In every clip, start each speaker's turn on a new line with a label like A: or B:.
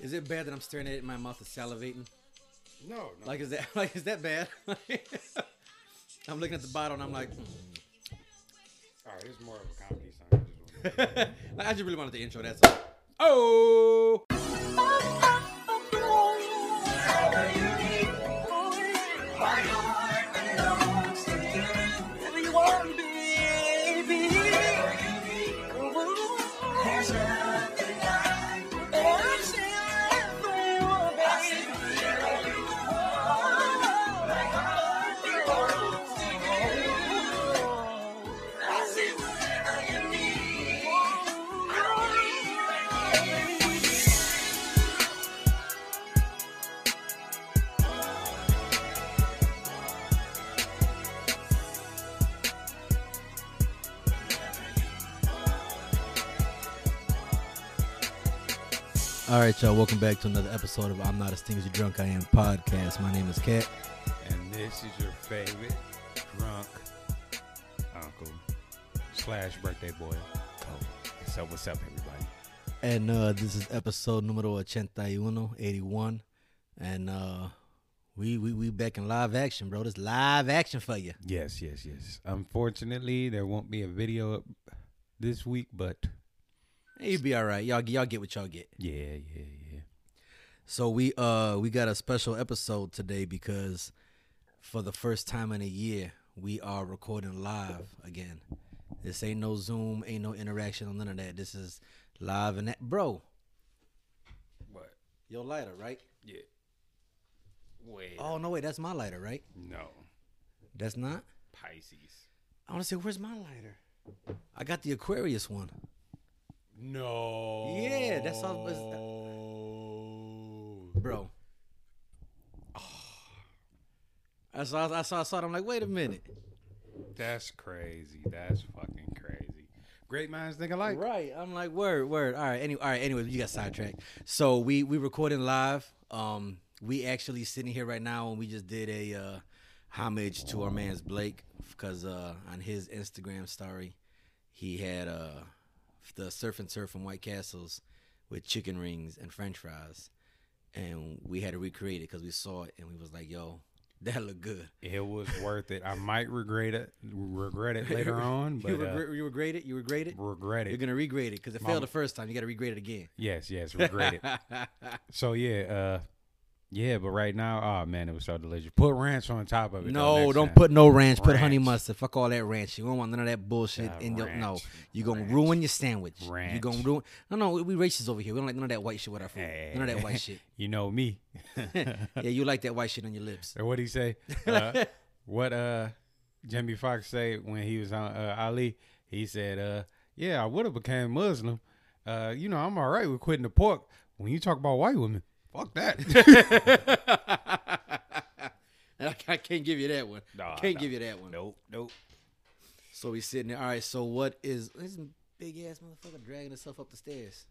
A: Is it bad that I'm staring at it and my mouth is salivating?
B: No, no.
A: Like is that like is that bad? I'm looking at the bottle and I'm like,
B: all right, it's more of a comedy song. I just wanna-
A: I just really wanted the intro. That's all. Oh, all right, y'all. Welcome back to another episode of I'm Not as Stingy Drunk I Am podcast. My name is Kat.
B: And this is your favorite drunk uncle slash birthday boy.
A: Oh.
B: Cole. So what's up, everybody?
A: And uh, this is episode numero 81, 81. And uh, we, we we back in live action, bro. This live action for you.
B: Yes, yes, yes. Unfortunately, there won't be a video up this week, but
A: You be all right. Y'all y'all get what y'all get.
B: yeah, yeah, yeah.
A: So we uh we got a special episode today because for the first time in a year we are recording live again. This ain't no Zoom, ain't no interaction on none of that. This is live and that bro.
B: What?
A: Your lighter, right?
B: Yeah. Wait.
A: Oh no, wait, that's my lighter, right?
B: No,
A: That's not.
B: Pisces.
A: I want to say, where's my lighter? I got the Aquarius one.
B: No.
A: Yeah, that's all- that's-
B: all.
A: bro. I saw, I saw, I saw it. I'm like, wait a minute.
B: That's crazy. That's fucking crazy. Great minds think alike.
A: Right. I'm like, word, word. All right. Any, all right. Anyways, you got sidetracked. So we we recording live. Um, we actually sitting here right now, and we just did a uh, homage to our man's Blake because uh, on his Instagram story, he had uh, the surf and turf from White Castles with chicken rings and French fries, and we had to recreate it because we saw it and we was like, yo, that look good.
B: It was worth it. I might regret it. Regret it later on, but
A: you,
B: uh,
A: regret, you regret it. You regret it.
B: regret
A: You're
B: it.
A: gonna regrade it because it failed the first time. You got to regrade it again.
B: Yes, yes, regret it. So yeah, uh, yeah, but right now, oh man, it was so delicious. Put ranch on top of it. though,
A: No,
B: next
A: don't
B: time.
A: put no ranch. Put honey
B: Ranch.
A: mustard. Fuck all that ranch. You don't want none of that bullshit
B: Yeah,
A: in your no.
B: ranch.
A: You gonna
B: Ranch.
A: ruin your sandwich. You
B: Ranch.
A: gonna ruin. No, no, we, we racist over here. We don't like none of that white shit with our food. None of that white shit.
B: You know me.
A: Yeah, you like that white shit on your lips.
B: Or what he say? Uh, what uh, Jimmy Fox say when he was on uh, Ali? He said, uh, "Yeah, I would have became Muslim. Uh, you know, I'm all right with quitting the pork. When you talk about white women, fuck that.
A: And I, I can't give you that one.
B: Nah,
A: can't
B: nah.
A: give you that one.
B: nope, nope.
A: So we sitting there. All right. So what is this big ass motherfucker dragging himself up the stairs?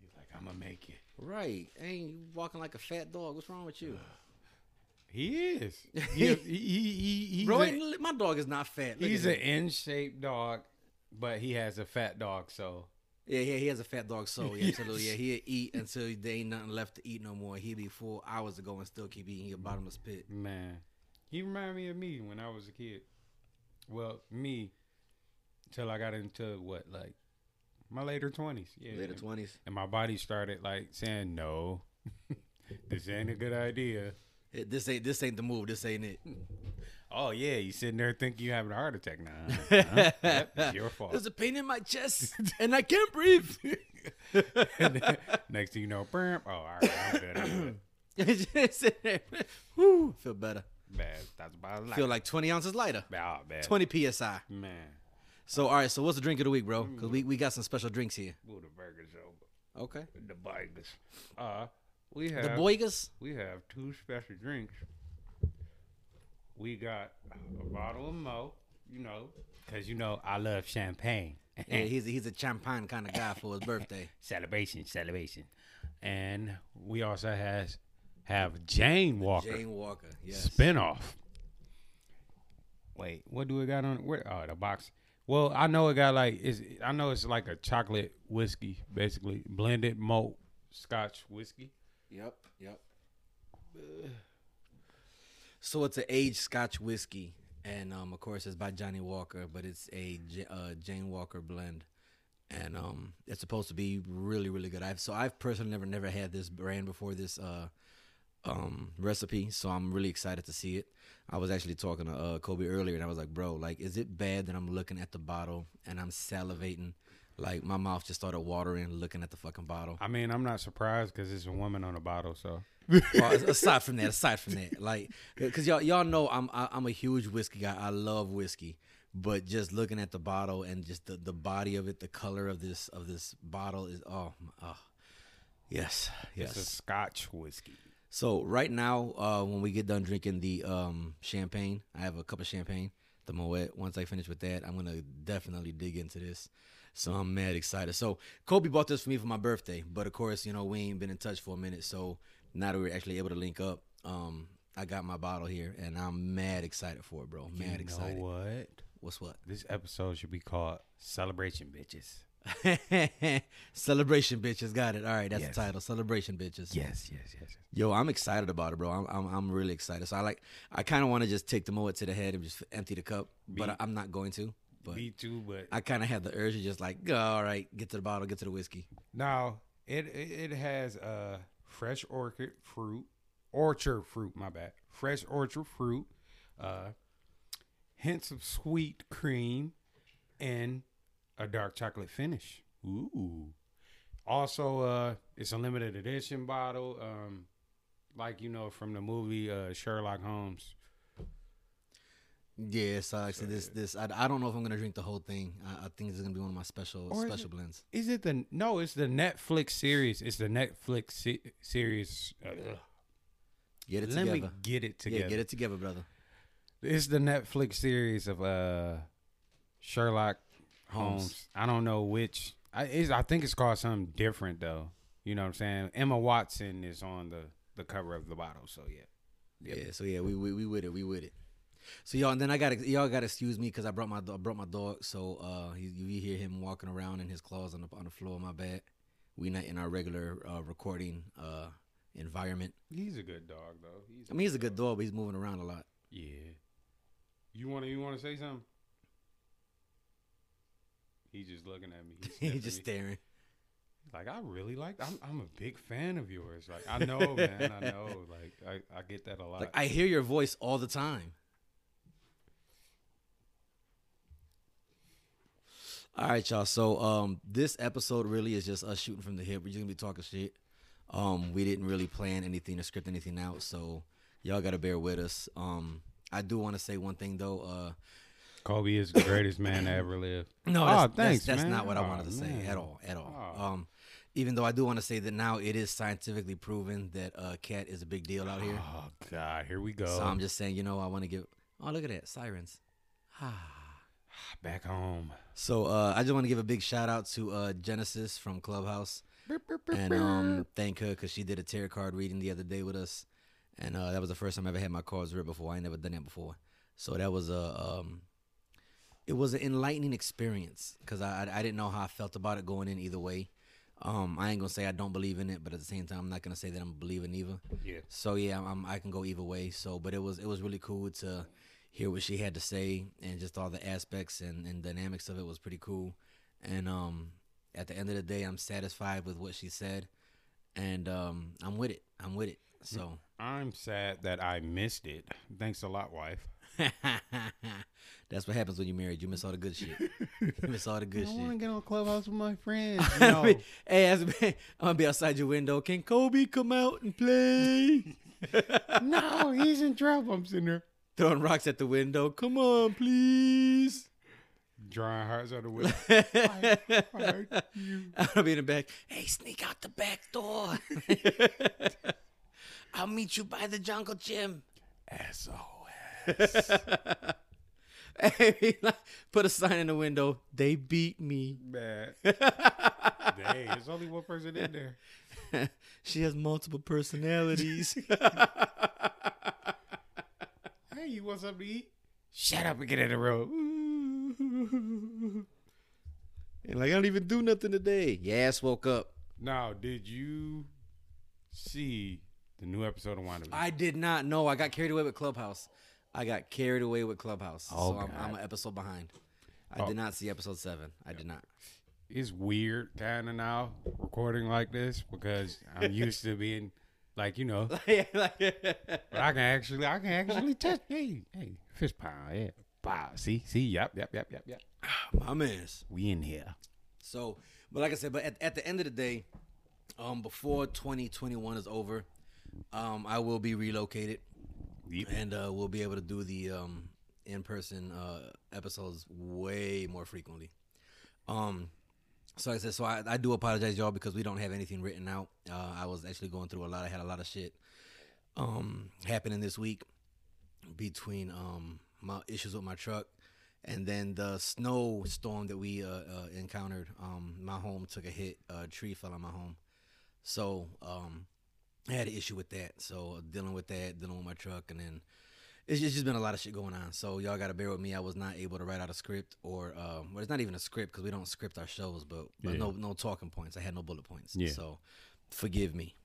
B: He's like, I'm gonna make it.
A: Right. Ain't you walking like a fat dog? What's wrong with you,
B: He is. He, he, he, he- he's
A: bro?
B: a-
A: ain't- my dog is not fat. Look
B: he's
A: at
B: an
A: him.
B: N shaped dog, but he has a fat dog. So
A: Yeah, yeah, he has a fat dog soul. Yeah,
B: Yes.
A: absolutely. Yeah, he'll eat until there ain't nothing left to eat no more. He'll be four hours ago and still keep
B: Mm-hmm.
A: eating. He a bottomless pit.
B: man, he reminded me of me when I was a kid. Well, me till I got into what like my later twenties. Yeah,
A: Later twenties,
B: and my body started like saying no. this ain't a good idea.
A: this ain't this ain't the move. This ain't it.
B: Oh yeah, you sitting there thinking you having a heart attack now? Nah, huh? Yep, it's your fault.
A: There's a pain in my chest and I can't breathe.
B: And then next thing you know, bam, oh, all right, I'm good. I'm good.
A: Just sit there. Whew, feel better.
B: Man, that's about life.
A: Feel like twenty ounces lighter.
B: oh, man.
A: Twenty psi.
B: Man,
A: So all right. So what's the drink of the week, bro? Because we, we got some special drinks here.
B: well, the burgers over.
A: Okay.
B: The burgers. Uh, we have
A: The boigas.
B: we have two special drinks. We got a bottle of Mo, you know, because you know I love champagne.
A: Yeah, he's a, he's a champagne kind of guy for his birthday.
B: celebration, celebration, and we also has have Jane Walker
A: Jane Walker. Yes.
B: spinoff. Wait, what do we got on? Where? Oh, the box. Well, I know it got like it's. I know it's like a chocolate whiskey, basically blended malt Scotch whiskey.
A: Yep, yep. So it's an aged Scotch whiskey, and um, of course, it's by Johnny Walker, but it's a J- uh, Jane Walker blend, and um, it's supposed to be really, really good. I've so I've personally never, never had this brand before this uh, um, recipe, so I'm really excited to see it. I was actually talking to uh, Kobe earlier, and I was like, "Bro, like, is it bad that I'm looking at the bottle and I'm salivating? Like, my mouth just started watering looking at the fucking bottle."
B: I mean, I'm not surprised because it's a woman on the bottle. So
A: Well, aside from that, aside from that, like, cause y'all y'all know I'm I, I'm a huge whiskey guy. I love whiskey, but just looking at the bottle and just the, the body of it, the color of this of this bottle is oh, my- oh. yes,
B: it's a
A: yes.
B: Scotch whiskey.
A: So right now, uh, when we get done drinking the um champagne, I have a cup of champagne, the Moet. Once I finish with that, I'm gonna definitely dig into this. So I'm mad excited. So Kobe bought this for me for my birthday, but of course, you know, we ain't been in touch for a minute. So now that we're actually able to link up, um, I got my bottle here, and I'm mad excited for it, bro. Mad excited.
B: Know what?
A: What's what?
B: This episode should be called "Celebration Bitches."
A: Celebration, bitches. Got it. All right, that's
B: Yes.
A: the title. Celebration, bitches.
B: Yes, yes, yes. yes.
A: Yo, I'm excited about it, bro. I'm I'm, I'm really excited. So I like I kind of want to just take the Moet to the head and just empty the cup, but I, I'm not going to. But
B: Me too, but
A: I kind of had the urge to just like, go, all right, get to the bottle, get to the whiskey.
B: Now it it it has uh fresh orchid fruit, orchard fruit. My bad, fresh orchard fruit, uh, hints of sweet cream, and a dark chocolate finish. Ooh. Also, uh, it's a limited edition bottle. Um, like you know from the movie uh Sherlock Holmes.
A: Yeah, so actually, this this I, I don't know if I'm gonna drink the whole thing. I, I think this is gonna be one of my special
B: Or is
A: special blends.
B: Is it the no? It's the Netflix series. It's the Netflix se- series. Ugh.
A: Get it
B: Let
A: together.
B: me get it together.
A: Yeah, get it together, brother.
B: It's the Netflix series of uh Sherlock Holmes.
A: Holmes.
B: I don't know which. I it's, I think it's called something different though. You know what I'm saying? Emma Watson is on the the cover of the bottle. So yeah.
A: Yeah, so yeah, we, we we with it, we with it. So y'all, and then I got to y'all got to excuse me because I brought my do- I brought my dog. So uh, you, you hear him walking around in his claws on the on the floor. My bad. We not in our regular uh, recording uh, environment.
B: He's a good dog though. He's
A: I mean, he's a good dog, but he's moving around a lot.
B: yeah. You want to you want to say something? He's just looking at me. He's
A: he's just
B: staring.
A: staring.
B: like I really like. I'm I'm a big fan of yours. Like I know, man. I know. Like I, I get that a lot.
A: Like I hear your voice all the time. All right, y'all. So um, this episode really is just us shooting from the hip. We're just gonna be talking shit. Um, we didn't really plan anything or script anything out, so y'all gotta bear with us. Um, I do want to say one thing though. Uh,
B: Kobe is the greatest man to ever live.
A: no,
B: Oh,
A: that's, that's,
B: thanks,
A: that's
B: man.
A: not what I
B: Oh,
A: wanted to
B: man.
A: say at all, at all.
B: Oh.
A: Um, even though I do want to say that now it is scientifically proven that uh, cat is a big deal out here.
B: Oh God, here we go.
A: So I'm just saying, you know, I want to give. Oh, look at that sirens.
B: back home.
A: So uh, I just want to give a big shout out to uh, Genesis from Clubhouse and um, thank her because she did a tarot card reading the other day with us, and uh, that was the first time I ever had my cards read before. I ain't never done that before, so that was a um, it was an enlightening experience because I, I I didn't know how I felt about it going in either way. Um, I ain't gonna say I don't believe in it, but at the same time, I'm not gonna say that I'm believing either.
B: yeah.
A: So yeah, I'm, I can go either way. So, but it was it was really cool to hear what she had to say and just all the aspects and, and dynamics of it was pretty cool. And um, at the end of the day, I'm satisfied with what she said, and um, I'm with it. I'm with it. So,
B: I'm sad that I missed it. Thanks a lot, wife.
A: that's what happens when you're married. You miss all the good shit. You miss all the
B: I
A: good
B: don't want to
A: shit.
B: get on Clubhouse with my friends.
A: I
B: No.
A: mean, hey, as a man, I'm gonna be outside your window. Can Kobe come out and play?
B: no, he's in trouble. I'm sitting there
A: Throwing rocks at the window. Come on, please.
B: drawing hearts out the window. Heart, you.
A: I'll be in the back. Hey, sneak out the back door. I'll meet you by the jungle gym.
B: SOS.
A: Hey, Put a sign in the window. They beat me.
B: Bad. Dang, there's only one person in there.
A: she has multiple personalities.
B: Hey, you want something to eat? Shut up and get in the road.
A: and like, I don't even do nothing today. Your ass woke up.
B: Now, did you see the new episode of WandaVision?
A: I did not know. I got carried away with Clubhouse. I got carried away with Clubhouse.
B: Oh,
A: so I'm, I'm
B: God.
A: an episode behind. I
B: Oh.
A: did not see episode seven. I did not.
B: it's weird kind of now recording like this because I'm used to being like you know, but I can actually I can actually touch. Hey, hey, fist pound. Yeah, pow. See, see, yep, yep, yep, yep, yep.
A: My man's.
B: We in here.
A: So, but like I said, but at, at the end of the day, um, before 2021 is over, um, I will be relocated
B: Yep.
A: and uh, we'll be able to do the um, in-person uh, episodes way more frequently. Um, so like I said, so I, I do apologize, y'all, because we don't have anything written out. Uh, I was actually going through a lot. I had a lot of shit um, happening this week between um, my issues with my truck and then the snowstorm that we uh, uh, encountered. Um, my home took a hit. A tree fell on my home. So um, I had an issue with that. So uh, dealing with that, dealing with my truck, and then it's just, it's just been a lot of shit going on. So y'all got to bear with me. I was not able to write out a script or, um, well, it's not even a script because we don't script our shows, but, but
B: Yeah.
A: no no talking points. I had no bullet points.
B: Yeah.
A: So forgive me.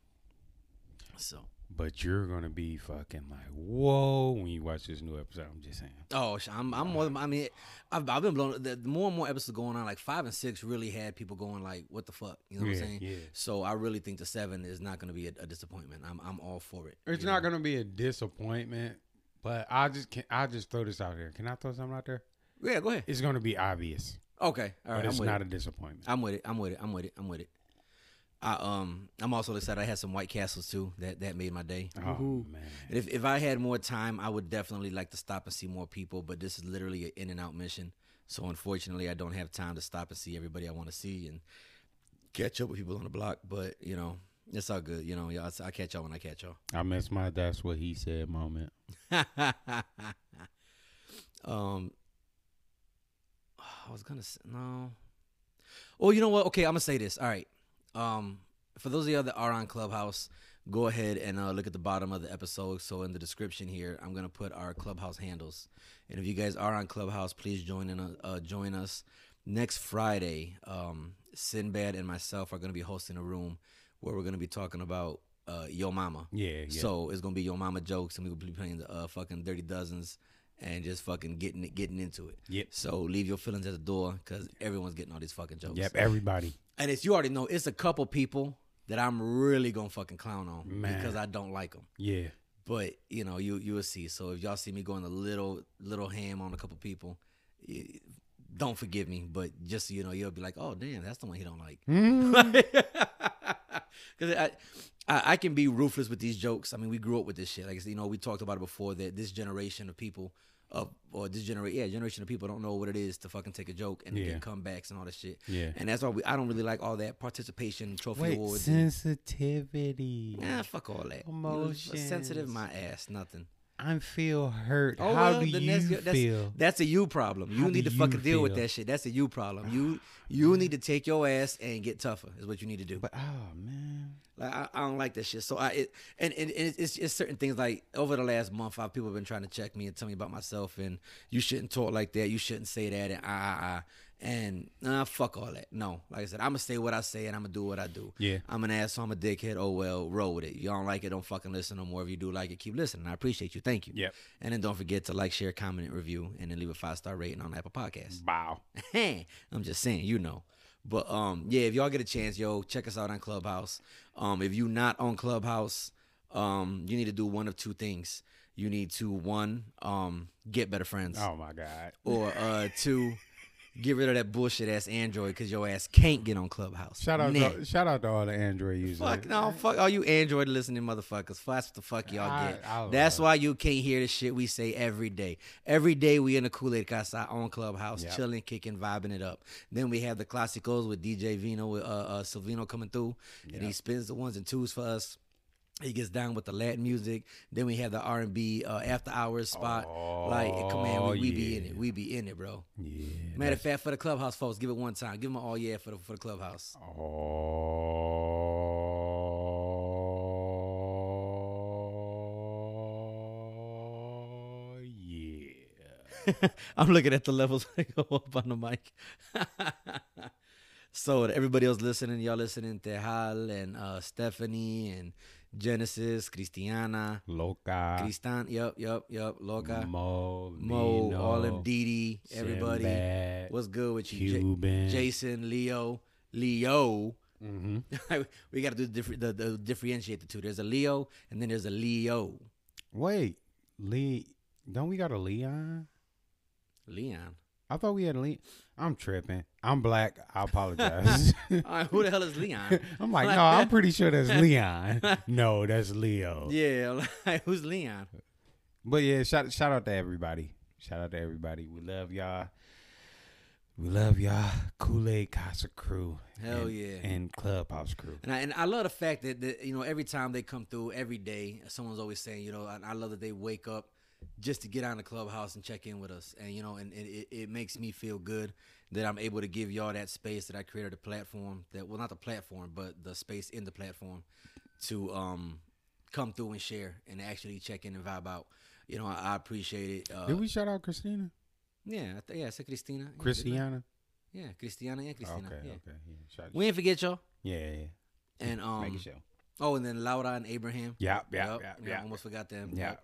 A: So
B: But you're gonna be fucking like whoa when you watch this new episode. I'm just saying.
A: Oh, sh- I'm I'm more than I mean, I've, I've been blown. The, the more and more episodes going on, like five and six, really had people going like, "What the fuck?" You know what
B: Yeah,
A: I'm saying?
B: yeah.
A: So I really think the seven is not going to be a, a disappointment. I'm I'm all for it.
B: It's
A: you
B: not
A: know?
B: gonna be a disappointment, but I just can I just throw this out there. Can I throw something out there?
A: Yeah, go ahead.
B: It's gonna be obvious,
A: Okay, all right. I'm
B: but it's
A: with
B: not
A: it.
B: a disappointment.
A: I'm with it. I'm with it. I'm with it. I'm with it. I um I'm also excited. I had some White Castles too. That that made my day.
B: Oh
A: Woohoo.
B: man,
A: And If if I had more time, I would definitely like to stop and see more people. But this is literally an in and out mission, so unfortunately, I don't have time to stop and see everybody I want to see and catch up with people on the block. But you know, it's all good. You know, y'all, I catch y'all when I catch y'all.
B: I miss my that's what he said moment.
A: um, I was gonna say no. Oh, you know what? Okay, I'm gonna say this. All right. Um, for those of y'all that are on Clubhouse, go ahead and uh, look at the bottom of the episode. So in the description here, I'm gonna put our Clubhouse handles. And if you guys are on Clubhouse, please join in. Uh, uh, join us next Friday. Um, Sinbad and myself are gonna be hosting a room where we're gonna be talking about uh, Yo Mama.
B: Yeah, yeah.
A: So it's gonna be your mama jokes, and we will be playing the uh, fucking dirty dozens, and just fucking getting it, getting into it.
B: Yep.
A: So leave your feelings at the door, cause everyone's getting all these fucking jokes.
B: Yep, everybody.
A: And it's you already know it's a couple people that I'm really gonna fucking clown on
B: Man.
A: because I don't like them.
B: Yeah.
A: But you know you you will see. So if y'all see me going a little little ham on a couple people, y- don't forgive me. But just so you know, you'll be like, oh damn, that's the one he don't like.
B: Mm-hmm.
A: Because I, I, I can be ruthless with these jokes. I mean, we grew up with this shit. Like I said, you know, we talked about it before that this generation of people, of or this generation, yeah, generation of people don't know what it is to fucking take a joke and
B: Yeah.
A: get comebacks and all that shit.
B: Yeah.
A: And that's why we, I don't really like all that participation trophy
B: Wait,
A: awards. and-
B: sensitivity.
A: Nah, fuck all that. You know, s- Sensitive, my ass, nothing.
B: I feel hurt.
A: Oh,
B: How
A: well,
B: do
A: then
B: you
A: that's, your- that's,
B: feel?
A: That's a you problem. You
B: How
A: need
B: do
A: to fucking
B: you
A: deal with
B: feel?
A: that shit. That's a you problem. You you need to take your ass and get tougher. Is what you need to do.
B: But oh man,
A: Like I, I don't like that shit. So I it, and, and and it's it's certain things like over the last month, I've people have been trying to check me and tell me about myself and you shouldn't talk like that. You shouldn't say that and ah ah ah. And nah, fuck all that. No, like I said, I'm gonna say what I say and I'm gonna do what I do.
B: Yeah.
A: I'm an asshole. I'm a dickhead. Oh well, roll with it. You don't like it, don't fucking listen no more. If you do like it, keep listening. I appreciate you. Thank you.
B: Yep.
A: And then don't forget to like, share, comment, and review, and then leave a five star rating on Apple Podcasts.
B: wow.
A: I'm just saying, you know. But um, yeah, if y'all get a chance, yo, check us out on Clubhouse. Um, if you not on Clubhouse, um, you need to do one of two things. You need to one, um, get better friends,
B: Oh my god.
A: or uh, two, get rid of that bullshit ass Android because your ass can't get on Clubhouse.
B: Shout out,
A: Nah.
B: to, shout out to all the Android users.
A: Fuck no, fuck all you Android listening motherfuckers. Fuck, That's what the fuck y'all
B: I-
A: get.
B: I
A: That's
B: love-
A: why you can't hear the shit we say every day. Every day we in the Kool Aid Casa on Clubhouse,
B: Yep.
A: chilling, kicking, vibing it up. Then we have the Clásicos with DJ Vino with uh, uh, Silvino coming through, and he spins the ones and twos for us. He gets down with the Latin music. Then we have the R and B uh, after hours spot. like, come on, we, we be in
B: Oh, yeah.
A: it. We be in it, bro.
B: Yeah.
A: Matter of fact, for the clubhouse folks, give it one time. Give them all yeah for the for the clubhouse.
B: Oh yeah.
A: I'm looking at the levels that go up on the mic. So to everybody else listening, y'all listening, Tejal and uh, Stephanie and Genesis, Cristiana,
B: Loca,
A: Cristan, yep, yep, yep, Loca,
B: Mo,
A: Mo,
B: Nino,
A: all them Didi, everybody.
B: Sinbad,
A: What's good with you? J-
B: Cuban.
A: Jason, Leo, Leo.
B: hmm
A: we got to do different, the, the differentiate the two. There's a Leo and then there's a Leo.
B: Wait, Lee, don't we got a Leon?
A: Leon.
B: I thought we had a Leon. I'm tripping. I'm black. I apologize.
A: All right, who the hell is Leon?
B: I'm like, no, I'm pretty sure that's Leon. No, that's Leo.
A: yeah, I'm like, who's Leon?
B: But yeah, shout shout out to everybody. Shout out to everybody. We love y'all. We love y'all. Kool Aid Casa crew.
A: Hell
B: and-
A: yeah.
B: And Clubhouse crew.
A: And I, and I love the fact that, that you know every time they come through every day, someone's always saying you know I, I love that they wake up just to get on the clubhouse and check in with us, and you know and, and it, it makes me feel good that I'm able to give y'all that space that I created a platform that well not the platform but the space in the platform to um come through and share and actually check in and vibe out. You know I, I appreciate it. Uh,
B: Did we shout out Christina?
A: yeah, I th- yeah, I said Christina. Yeah,
B: Christiana?
A: Yeah, Christiana and Christina.
B: okay,
A: yeah.
B: okay. Yeah, shout-
A: We ain't forget y'all.
B: yeah, yeah. yeah.
A: And um,
B: Make it show.
A: Oh, and then Laura and Abraham.
B: Yep, yep,
A: Yup,
B: yep,
A: yup,
B: yep.
A: Almost forgot them.
B: Yeah.
A: Yup.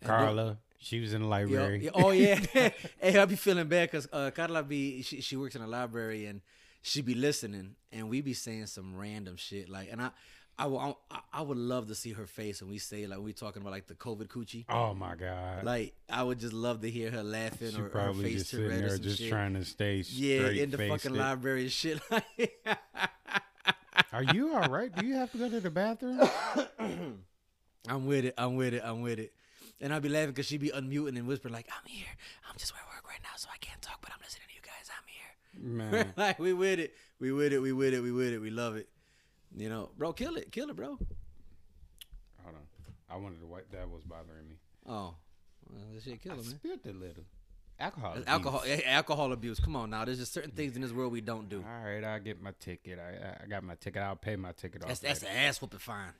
A: And
B: Carla, she was in the
A: then- yup,
B: library.
A: yeah, Oh yeah. hey, I be feeling bad because uh, Carla be she, she works in a library and she be listening and we be saying some random shit like and I. I would I- I would love to see her face when we say like we talking about like the COVID coochie.
B: Oh my God.
A: Like I would just love to hear her laughing
B: she
A: or her
B: probably
A: face
B: just
A: to
B: sitting
A: red or
B: there
A: some
B: just
A: shit.
B: trying to stay straight.
A: yeah, in the fucking
B: faced.
A: library and shit. Like,
B: Are you all right? Do you have to go to the bathroom?
A: I'm with it. I'm with it. I'm with it. And I'll be laughing because she'd be unmuting and whispering like, "I'm here. I'm just at work right now, so I can't talk, but I'm listening to you guys. I'm here."
B: Man.
A: like we with it. We with it. We with it. We with it. We love it. You know, bro, kill it, kill it, bro.
B: Hold on. I wanted to wipe. That was bothering me.
A: Oh, well, this shit kill
B: I
A: it, man.
B: spilled a little. Alcohol.
A: That's
B: abuse.
A: alcohol, eh, alcohol abuse. Come on now. There's just certain things in this world we don't do.
B: All right, I'll get my ticket. I, I- I got my ticket. I'll pay my ticket off.
A: That's that's
B: later.
A: an ass whooping fine.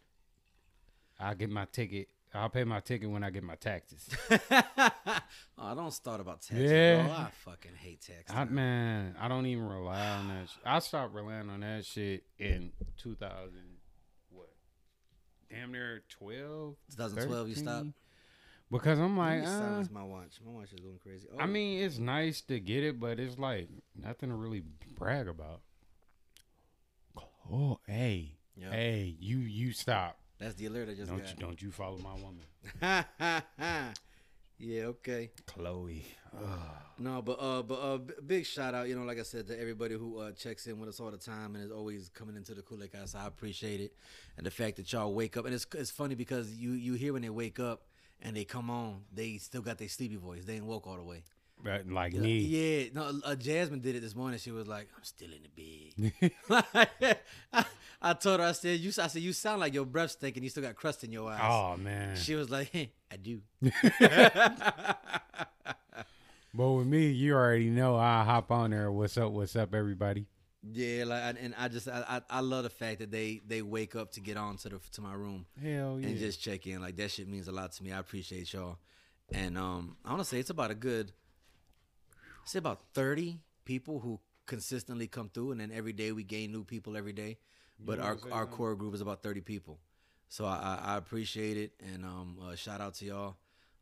B: I'll get my ticket. I'll pay my ticket when I get my taxes.
A: oh, don't start about taxes,
B: Yeah.
A: bro. I fucking hate taxes.
B: I, man, I don't even rely on that. Sh- I stopped relying on that shit in 2000. What? Damn near 12.
A: 2012, you
B: 13?
A: stopped?
B: Because I'm
A: Let
B: like,
A: me
B: uh,
A: silence my watch. My watch is going crazy. Oh.
B: I mean, it's nice to get it, but it's like nothing to really brag about. Oh, hey,
A: Yeah.
B: hey, you you stop!
A: That's the alert I just
B: Don't
A: got.
B: you don't you follow my woman,
A: yeah, okay.
B: Chloe?
A: No, but uh, but uh, b- big shout out, you know, like I said, to everybody who uh checks in with us all the time and is always coming into the Kool-Aid House. I appreciate it, and the fact that y'all wake up, and it's it's funny because you you hear when they wake up and they come on, they still got their sleepy voice. They ain't woke all the way.
B: But like
A: Yeah,
B: me,
A: Yeah, no, uh, Jasmine did it this morning. She was like, "I'm still in the bed." I, I told her, I said, "You," I said, "You sound like your breath stink and you still got crust in your eyes."
B: oh man.
A: She was like, "Heh, "I do."
B: But with me, you already know I hop on there. What's up? What's up, everybody?
A: Yeah, like, I- and I just I, I I love the fact that they they wake up to get on to the to my room
B: Hell Oh, yeah!
A: and just check in. Like that shit means a lot to me. I appreciate y'all, and um, I want to say it's about a good, I say about thirty people who consistently come through, and then every day we gain new people every day. But our our core group is about thirty people, so I I, I appreciate it, and um, uh, shout out to y'all.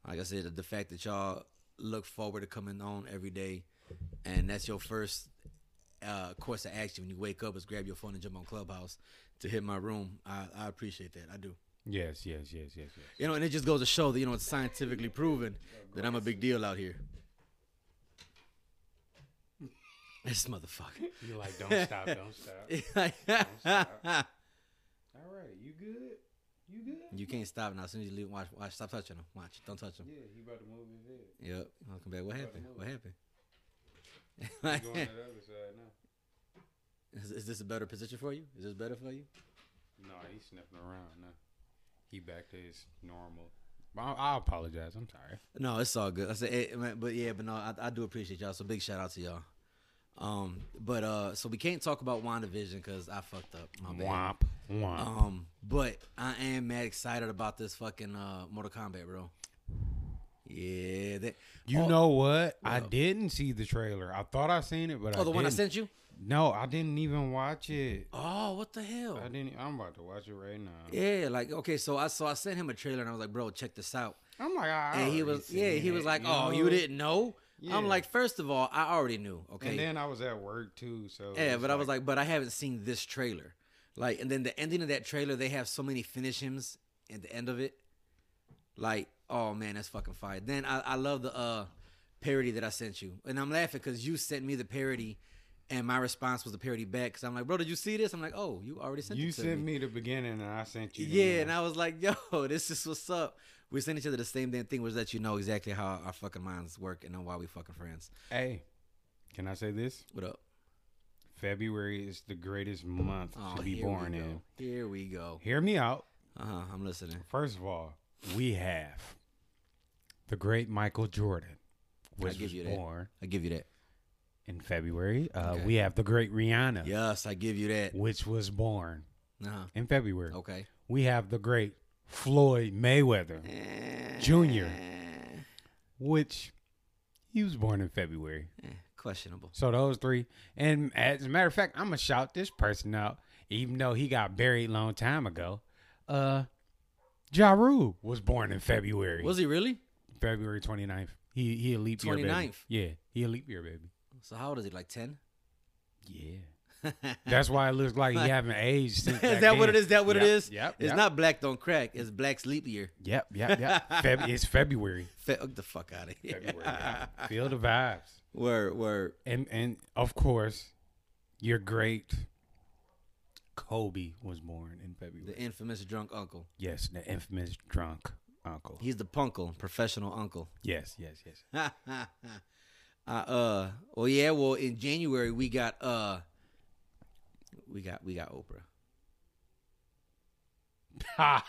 A: Like I said, the, the fact that y'all look forward to coming on every day, and that's your first uh, course of action when you wake up is grab your phone and jump on Clubhouse to hit my room. I, I appreciate that. I do.
B: yes, yes, yes, yes, yes.
A: You know, and it just goes to show that you know it's scientifically proven that I'm a big deal out here. This motherfucker.
B: You like don't stop, don't stop. All right, you good? You good?
A: you can't stop now. As soon as you leave, watch, watch. Stop touching him. Watch. Don't touch him.
B: Yeah, he about to move his head.
A: Yep. I'll come back. What happened? What happened?
B: Going to the other side now.
A: is, is this a better position for you? Is this better for you?
B: No, he's sniffing around now. He back to his normal. I, I apologize. I'm sorry.
A: No, it's all good. I said, eh, man, but yeah, but no, I, I do appreciate y'all. So big shout out to y'all. Um, but uh, so we can't talk about WandaVision because I fucked up. My bad.
B: Womp womp.
A: Um, but I am mad excited about this fucking uh Mortal Kombat, bro. oh, Yeah, that
B: you
A: oh,
B: know what? I didn't see the trailer. I thought I seen it, but I
A: oh the one I
B: didn't.
A: sent you.
B: No, I didn't even watch it.
A: Oh, what the hell?
B: I didn't. I'm about to watch it right now.
A: Yeah, like okay, so I so I sent him a trailer and I was like, bro, check this out.
B: I'm like, I
A: and he
B: already
A: was
B: seen
A: yeah, he
B: it,
A: was like, oh, you
B: know?
A: didn't know? I'm
B: Yeah.
A: like, first of all, I already knew. Okay.
B: And then I was at work too, so
A: yeah,
B: it's
A: but I was like, but I haven't seen this trailer. Like, and then the ending of that trailer, they have so many finishings at the end of it. Like, oh man, that's fucking fire. Then I, I love the uh parody that I sent you, and I'm laughing because you sent me the parody, and my response was the parody back because I'm like, bro, did you see this? I'm like, oh, you already sent
B: you
A: it to
B: sent me the beginning, and I sent you. the
A: yeah,
B: end.
A: and I was like, yo, this is what's up. We send each other the same damn thing, which lets you know exactly how our fucking minds work and why we fucking friends.
B: Hey, can I say this?
A: What up?
B: February is the greatest month
A: Oh,
B: to be
A: here we
B: born
A: go.
B: in.
A: Here we go.
B: Hear me out.
A: Uh huh. I'm listening.
B: First of all, we have the great Michael Jordan, which
A: give
B: was
A: you that.
B: born
A: I give you that.
B: in February. Uh,
A: Okay.
B: We have the great Rihanna,
A: Yes, I give you that.
B: which was born
A: Uh huh.
B: in February.
A: Okay.
B: We have the great Floyd Mayweather Eh. Jr., which he was born in February.
A: Eh, questionable.
B: So those three, and as a matter of fact, I'm gonna shout this person out, even though he got buried long time ago. Uh, Ja Rule was born in February,
A: Was he really?
B: February 29th. He he a leap year
A: 29th?
B: baby. Yeah, he a leap year baby.
A: So how old is he? Like ten?
B: Yeah, that's why it looks like he haven't aged. Since
A: is that what it
B: then.
A: is? That what it
B: Yep,
A: is?
B: Yep.
A: It's
B: yep,
A: not black don't crack. It's black sleep year.
B: Yep. Yep. Yep. Feb- it's February.
A: Fe- oh, get the fuck out of here.
B: February. yeah. Feel the vibes.
A: Word, word.
B: And and of course, your great Kobe was born in
A: The
B: February.
A: infamous drunk uncle.
B: yes, the infamous drunk uncle.
A: He's the punkle, professional uncle.
B: yes, yes, yes.
A: uh uh oh yeah well in january we got uh we got we got
B: Ha!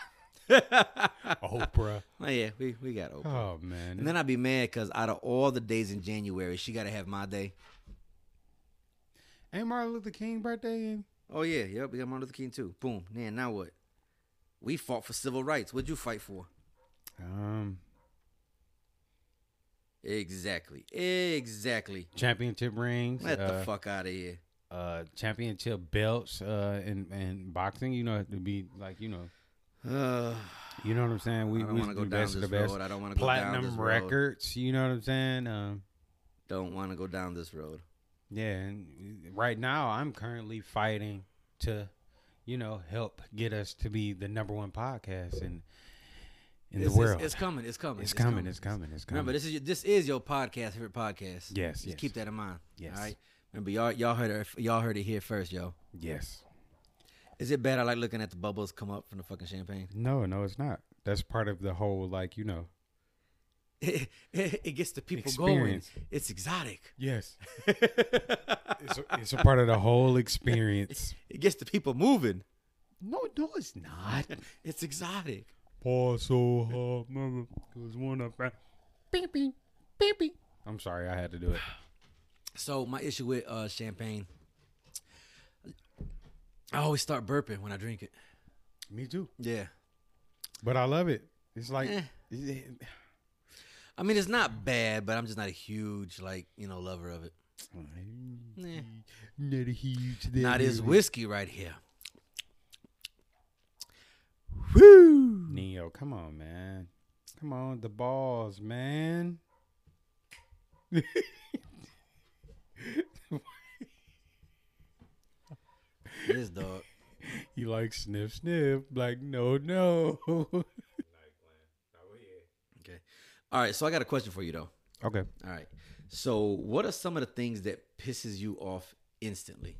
A: oprah
B: Oprah.
A: oh yeah we, we got oprah
B: Oh man.
A: and then i'd be mad because out of all the days in january she gotta have my day
B: Ain't Martin Luther King birthday in?
A: oh yeah yep we got martin luther king too boom man now what we fought for civil rights what'd you fight for
B: Um
A: exactly exactly
B: championship rings.
A: let
B: uh,
A: the fuck out of here
B: uh championship belts uh in, in boxing, you know, it to be like, you know,
A: uh,
B: you know what I'm saying?
A: i
B: We
A: don't
B: we
A: want to go
B: do
A: down
B: best
A: this
B: of the best.
A: road i don't want to go down this
B: Platinum
A: road
B: records, you know what I'm saying? Um
A: don't want to go down this road
B: Yeah, and right now I'm currently fighting to, you know, help get us to be the number one podcast in
A: it's,
B: in the
A: it's-
B: world.
A: It's, coming. It's coming.
B: It's coming, it's coming, it's coming.
A: Remember, this is your, this is your podcast favorite podcast.
B: Yes,
A: just
B: yes.
A: keep that in mind.
B: Yes.
A: all right. Remember, y'all y'all heard it, y'all heard it here first, yo.
B: yes.
A: Is it bad? I like looking at the bubbles come up from the fucking champagne.
B: No, no, it's not. That's part of the whole, like you know.
A: it, gets the people
B: Experience.
A: going. It's exotic.
B: Yes, it's a, it's a part of the whole experience.
A: It gets the people moving.
B: No, no, it's not.
A: It's exotic.
B: Paul so hard, remember, it was one of beep, beep, beep, beep. I'm sorry, I had to do it.
A: So my issue with uh, champagne, I always start burping when I drink it.
B: Me too.
A: Yeah.
B: But I love it. It's like
A: Eh. I mean, it's not bad, but I'm just not a huge like you know lover of it. Yeah.
B: Not a huge.
A: Now this whiskey right here. Woo!
B: Neo, come on, man. Come on, the balls, man.
A: This dog.
B: You like sniff, sniff. Like, no, no.
A: Okay. All right. So I got a question for you though.
B: okay.
A: All right. So what are some of the things that pisses you off instantly?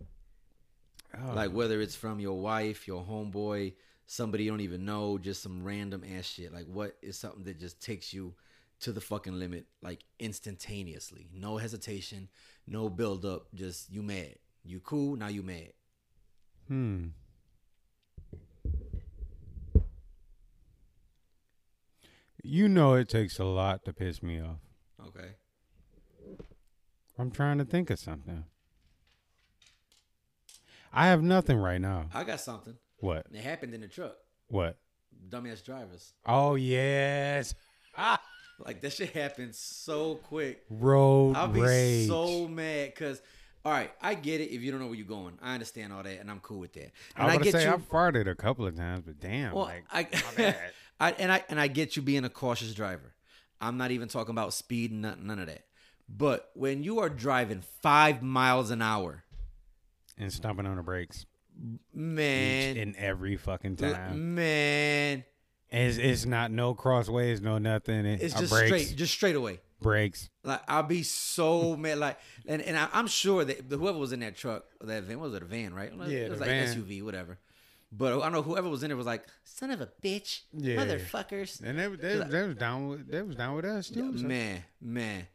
B: Oh,
A: Like whether it's from your wife, your homeboy, somebody you don't even know, just some random ass shit. Like what is something that just takes you to the fucking limit, like instantaneously, no hesitation, no build up, just you mad. You cool now? You mad?
B: hmm. You know, it takes a lot to piss me off.
A: Okay.
B: I'm trying to think of something. I have nothing right now.
A: I got something.
B: What?
A: It happened in the truck.
B: What?
A: dumbass drivers.
B: Oh yes,
A: Like that shit happens so quick.
B: road
A: I'll be
B: rage.
A: so mad because All right, I get it. If you don't know where you're going, I understand all that, and I'm cool with that. And
B: I was
A: get
B: gonna say
A: you.
B: I farted a couple of times, but damn,
A: well,
B: like
A: I,
B: bad.
A: I and I and I get you being a cautious driver. I'm not even talking about speed, none, none of that. But when you are driving five miles an hour,
B: and stomping on the brakes
A: man,
B: each and every fucking
A: l- mm
B: time.
A: man,
B: It's, it's not no crossways, no nothing. It,
A: it's
B: uh,
A: just
B: brakes,
A: straight, just straight away.
B: brakes.
A: Like I'll be so mad. Like and, and I, I'm sure that whoever was in that truck, or that van what was it a van, right?
B: Yeah,
A: it was
B: the
A: like
B: van.
A: SUV, whatever. But I know whoever was in it was like, son of a bitch,
B: Yeah.
A: motherfuckers.
B: And they, they, they was down with they was down with us too. so-
A: Man, man.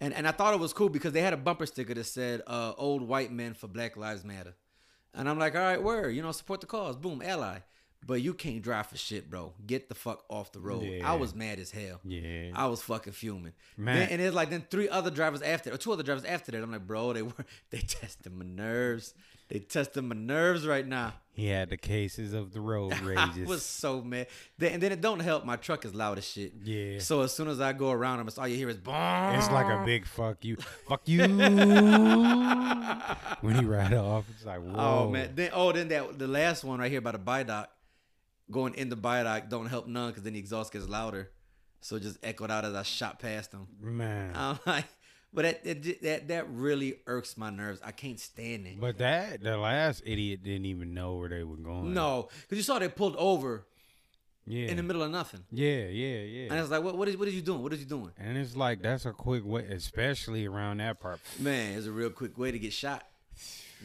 A: And and I thought it was cool because they had a bumper sticker that said uh, old white men for Black Lives Matter. And I'm like, all right, word, you know, support the cause, boom, ally. But you can't drive for shit, bro. Get the fuck off the road.
B: Yeah.
A: I was mad as hell.
B: Yeah.
A: I was fucking fuming.
B: Man.
A: Then- and it's like then three other drivers after or two other drivers after that. I'm like, bro, they were they testing my nerves. They testing my nerves right now.
B: He had the cases of the road
A: I
B: rages.
A: was so mad. Then, and then it don't help. My truck is loud as shit.
B: Yeah.
A: So as soon as I go around them, it's all you hear is boom.
B: it's like a big fuck you, fuck you. when he ride off, it's like whoa.
A: Oh man. Then oh then that the last one right here by the bidoc, going in the bidoc don't help none because then the exhaust gets louder, so it just echoed out as I shot past them.
B: Man.
A: I'm like, but that that ju- that, that really irks my nerves. I can't stand it.
B: but that the last idiot didn't even know where they were going.
A: No, because you saw they pulled over
B: Yeah.
A: in the middle of nothing,
B: yeah. Yeah. Yeah.
A: and it's like, what what is what is you doing? What is you doing?
B: And it's like that's a quick way, especially around that part.
A: Man, it's a real quick way to get shot.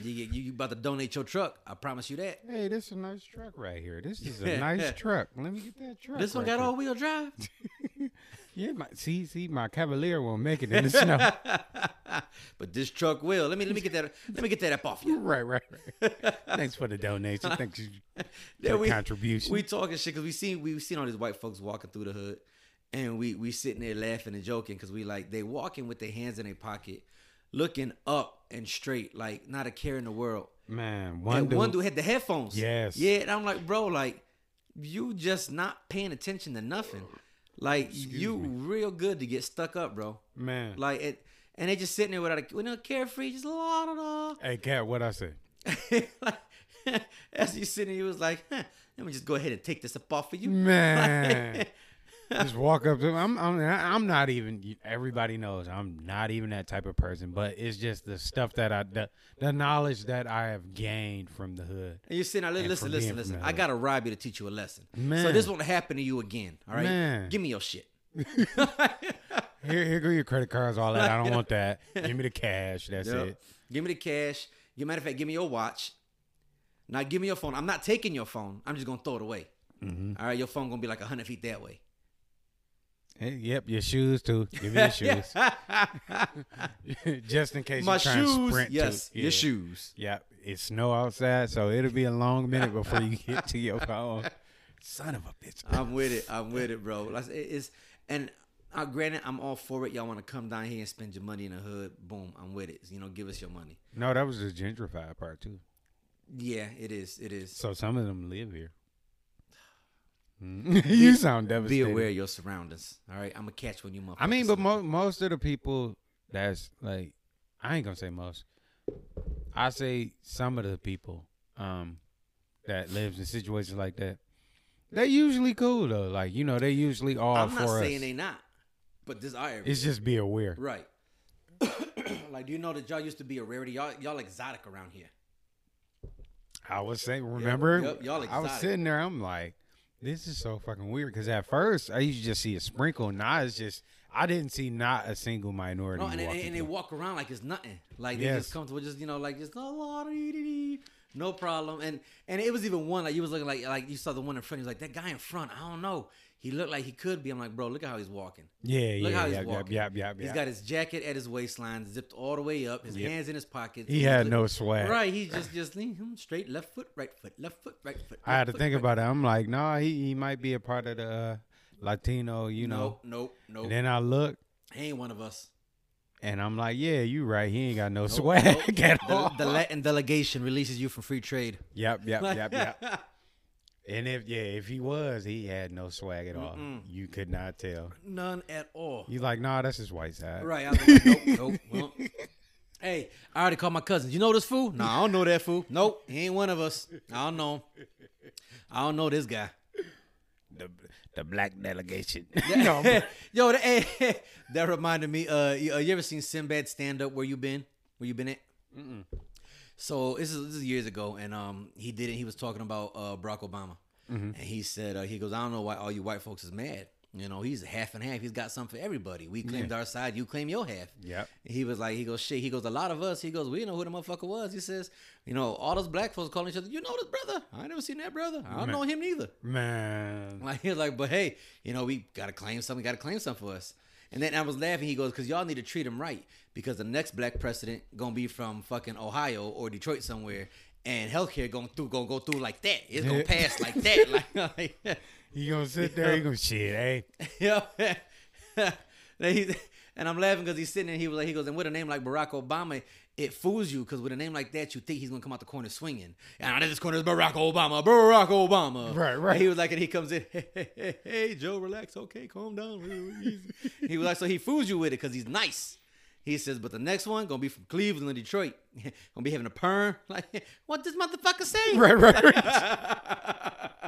A: You get you, you about to donate your truck? I promise you that.
B: Hey, this is a nice truck right here. This is a nice truck. Let me get that truck.
A: This one
B: right
A: got
B: there.
A: all wheel drive.
B: Yeah, my, see, see, my Cavalier won't make it in the snow.
A: but this truck will. Let me let me get that let me get that up off you.
B: right, right, right. Thanks for the donation. Thanks you for
A: Yeah,
B: the
A: we-
B: contribution.
A: We talking shit because we seen we seen all these white folks walking through the hood, and we we sitting there laughing and joking because we like they walking with their hands in their pocket, looking up and straight, like not a care in the world.
B: Man, one
A: And
B: dude,
A: one dude had the headphones.
B: Yes.
A: Yeah, and I'm like, bro, like you just not paying attention to nothing. Like you real good to get stuck up, bro.
B: man.
A: Like it, and they just sitting there without a with no carefree, just la da da.
B: hey, cat, what I said?
A: like, as you sitting, he was like, huh, "Let me just go ahead and take this up off of you."
B: Man, just walk up to him. I'm, I'm, I'm not even. Everybody knows I'm not even that type of person. But it's just the stuff that I, the, the knowledge that I have gained from the hood.
A: And you're sitting there,
B: And
A: listen,
B: for
A: listen,
B: being
A: listen.
B: from
A: I
B: the
A: got to rob you to teach you a lesson. So
B: Man.
A: this won't happen to you again. All right,
B: Man.
A: give me your shit.
B: Here, here go your credit cards, all that. I don't want that. Give me the cash. That's
A: Yep.
B: it.
A: Give me the cash. Give, matter of fact, give me your watch. Now give me your phone. I'm not taking your phone. I'm just gonna throw it away.
B: Mm-hmm.
A: All right, your phone gonna be like hundred feet that way.
B: Hey, yep, your shoes too. Give me your shoes, just in case
A: My
B: you're trying to
A: shoes.
B: sprint. to-
A: Yes,
B: yeah.
A: your shoes.
B: Yeah, it's snow outside, so it'll be a long minute before you get to your phone. Son of a bitch.
A: I'm with it. I'm with it, bro. Like, it- It's and uh, granted, I'm all for it. Y'all want to come down here and spend your money in the hood? Boom, I'm with it. You know, give us your money.
B: No, that was the gentrified part too.
A: Yeah, it is. It is.
B: So some of them live here. Mm. you sound
A: Be
B: devastated.
A: aware of your surroundings. All right, I'm gonna catch when you motherfuckers.
B: I mean, but
A: sleep.
B: mo- most of the people that's like, I ain't gonna say most. I say some of the people um that lives in situations like that. They usually cool though. Like you know, they usually all
A: I'm
B: for
A: not
B: us.
A: saying they not, but this our area.
B: it's just be aware.
A: Right. like, do you know that y'all used to be a rarity? Y'all, y'all exotic around here.
B: I was saying, remember?
A: yep, y'all
B: I was
A: exotic.
B: sitting there. I'm like, this is so fucking weird. Because at first, I used to just see a sprinkle. Now it's just, I didn't see not a single minority.
A: No, and, and,
B: walking
A: and they
B: through.
A: walk around like it's nothing. Like they
B: Yes.
A: just comfortable, just you know, like just oh, la, dee, dee, dee. no problem. And and it was even one like you was looking like like you saw the one in front. He was like that guy in front. I don't know. He looked like he could be. I'm like, bro, look at how he's walking.
B: yeah,
A: Look
B: yeah,
A: how he's
B: yeah, yeah,
A: walking.
B: yeah, yeah,
A: He's got his jacket at his waistline, zipped all the way up. His
B: Yep.
A: hands in his pockets.
B: He
A: He's
B: had
A: look-
B: no swag.
A: Right. He just just lean him straight, left foot, right foot, left foot, right foot.
B: I had
A: left
B: to
A: foot,
B: think
A: right-
B: about it. I'm like, nah, he, he might be a part of the uh, Latino, you know.
A: Nope, nope, nope.
B: And then I look
A: he ain't one of us.
B: and I'm like, yeah, you right. He ain't got no swag at
A: The,
B: all.
A: the Latin delegation releases you from free trade.
B: yep, yep, yep, yep. And if yeah, if he was, he had no swag at all. You could not tell.
A: None at all.
B: He's like, nah, that's his white side.
A: Right. I was like, nope, nope. Well, Hey, I already called my cousin. You know this fool? No, I don't know that fool. Nope, he ain't one of us. I don't know. Him. I don't know this guy.
B: The, the black delegation.
A: Yo, that, hey, that reminded me. Uh, you, uh, you ever seen Sinbad stand up? Where you been? Where you been at? So this is, this is years ago, and um, he did it. He was talking about uh, Barack Obama, and he said uh, he goes, "I don't know why all you white folks is mad. You know, he's half and half. He's got something for everybody. We claimed our side. You claim your half."
B: Yep.
A: He was like, he goes, shit. He goes, a lot of us. He goes, we know who the motherfucker was. He says, you know, all those black folks calling each other. You know this brother? I ain't never seen that brother. I don't know him neither.
B: Man.
A: Like he's like, but hey, you know, we gotta claim something. Gotta claim something for us. And then I was laughing. He goes, because y'all need to treat him right because the next black president gonna be from fucking Ohio or Detroit somewhere, and healthcare gonna through gonna go through like that. It's gonna
B: Yeah.
A: pass like that. Like, like
B: You gonna sit there, you gonna shit, eh? hey.
A: yeah. and, he- and I'm laughing because he's sitting there. He was like, he goes, and with a name like Barack Obama, it fools you because with a name like that, you think he's gonna come out the corner swinging. And out of this corner is Barack Obama, Barack Obama.
B: Right, right.
A: And he was like, and he comes in, hey, hey, hey, hey, Joe, relax, okay, calm down. easy." he was like, so he fools you with it because he's nice. He says, but the next one gonna be from Cleveland, Detroit. gonna be having a perm. Like, what this motherfucker say?
B: Right, right, right.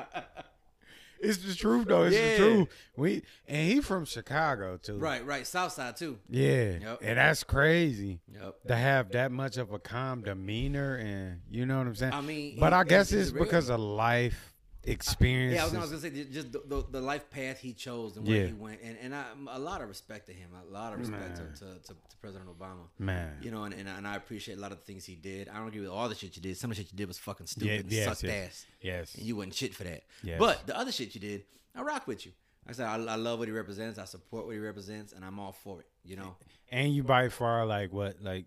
B: it's the truth though. It's
A: Yeah.
B: the truth. We and he from Chicago too.
A: Right, right. Southside too.
B: Yeah.
A: Yep.
B: And that's crazy.
A: Yep.
B: To have that much of a calm demeanor and you know what I'm saying?
A: I mean,
B: But
A: he-
B: I guess
A: he's
B: it's
A: real.
B: because of life experience.
A: Yeah, I was, gonna- I was gonna say ju- just the, the, the life path he chose and where
B: Yeah.
A: he went, and and I, a lot of respect to him, a lot of respect to,
B: Man.
A: to, to, to President Obama.
B: Man.
A: You know, and, and, I- and I appreciate a lot of the things he did. I don't agree with all the shit you did. Some of the shit you did was fucking stupid
B: Yeah,
A: and
B: yes,
A: sucked
B: yes.
A: ass,
B: Yes.
A: and you wasn't shit for that.
B: Yes.
A: But the other shit you did, I rock with you. Like I said I, I love what he represents. I support what he represents, and I'm all for it. You know,
B: And you by far like what like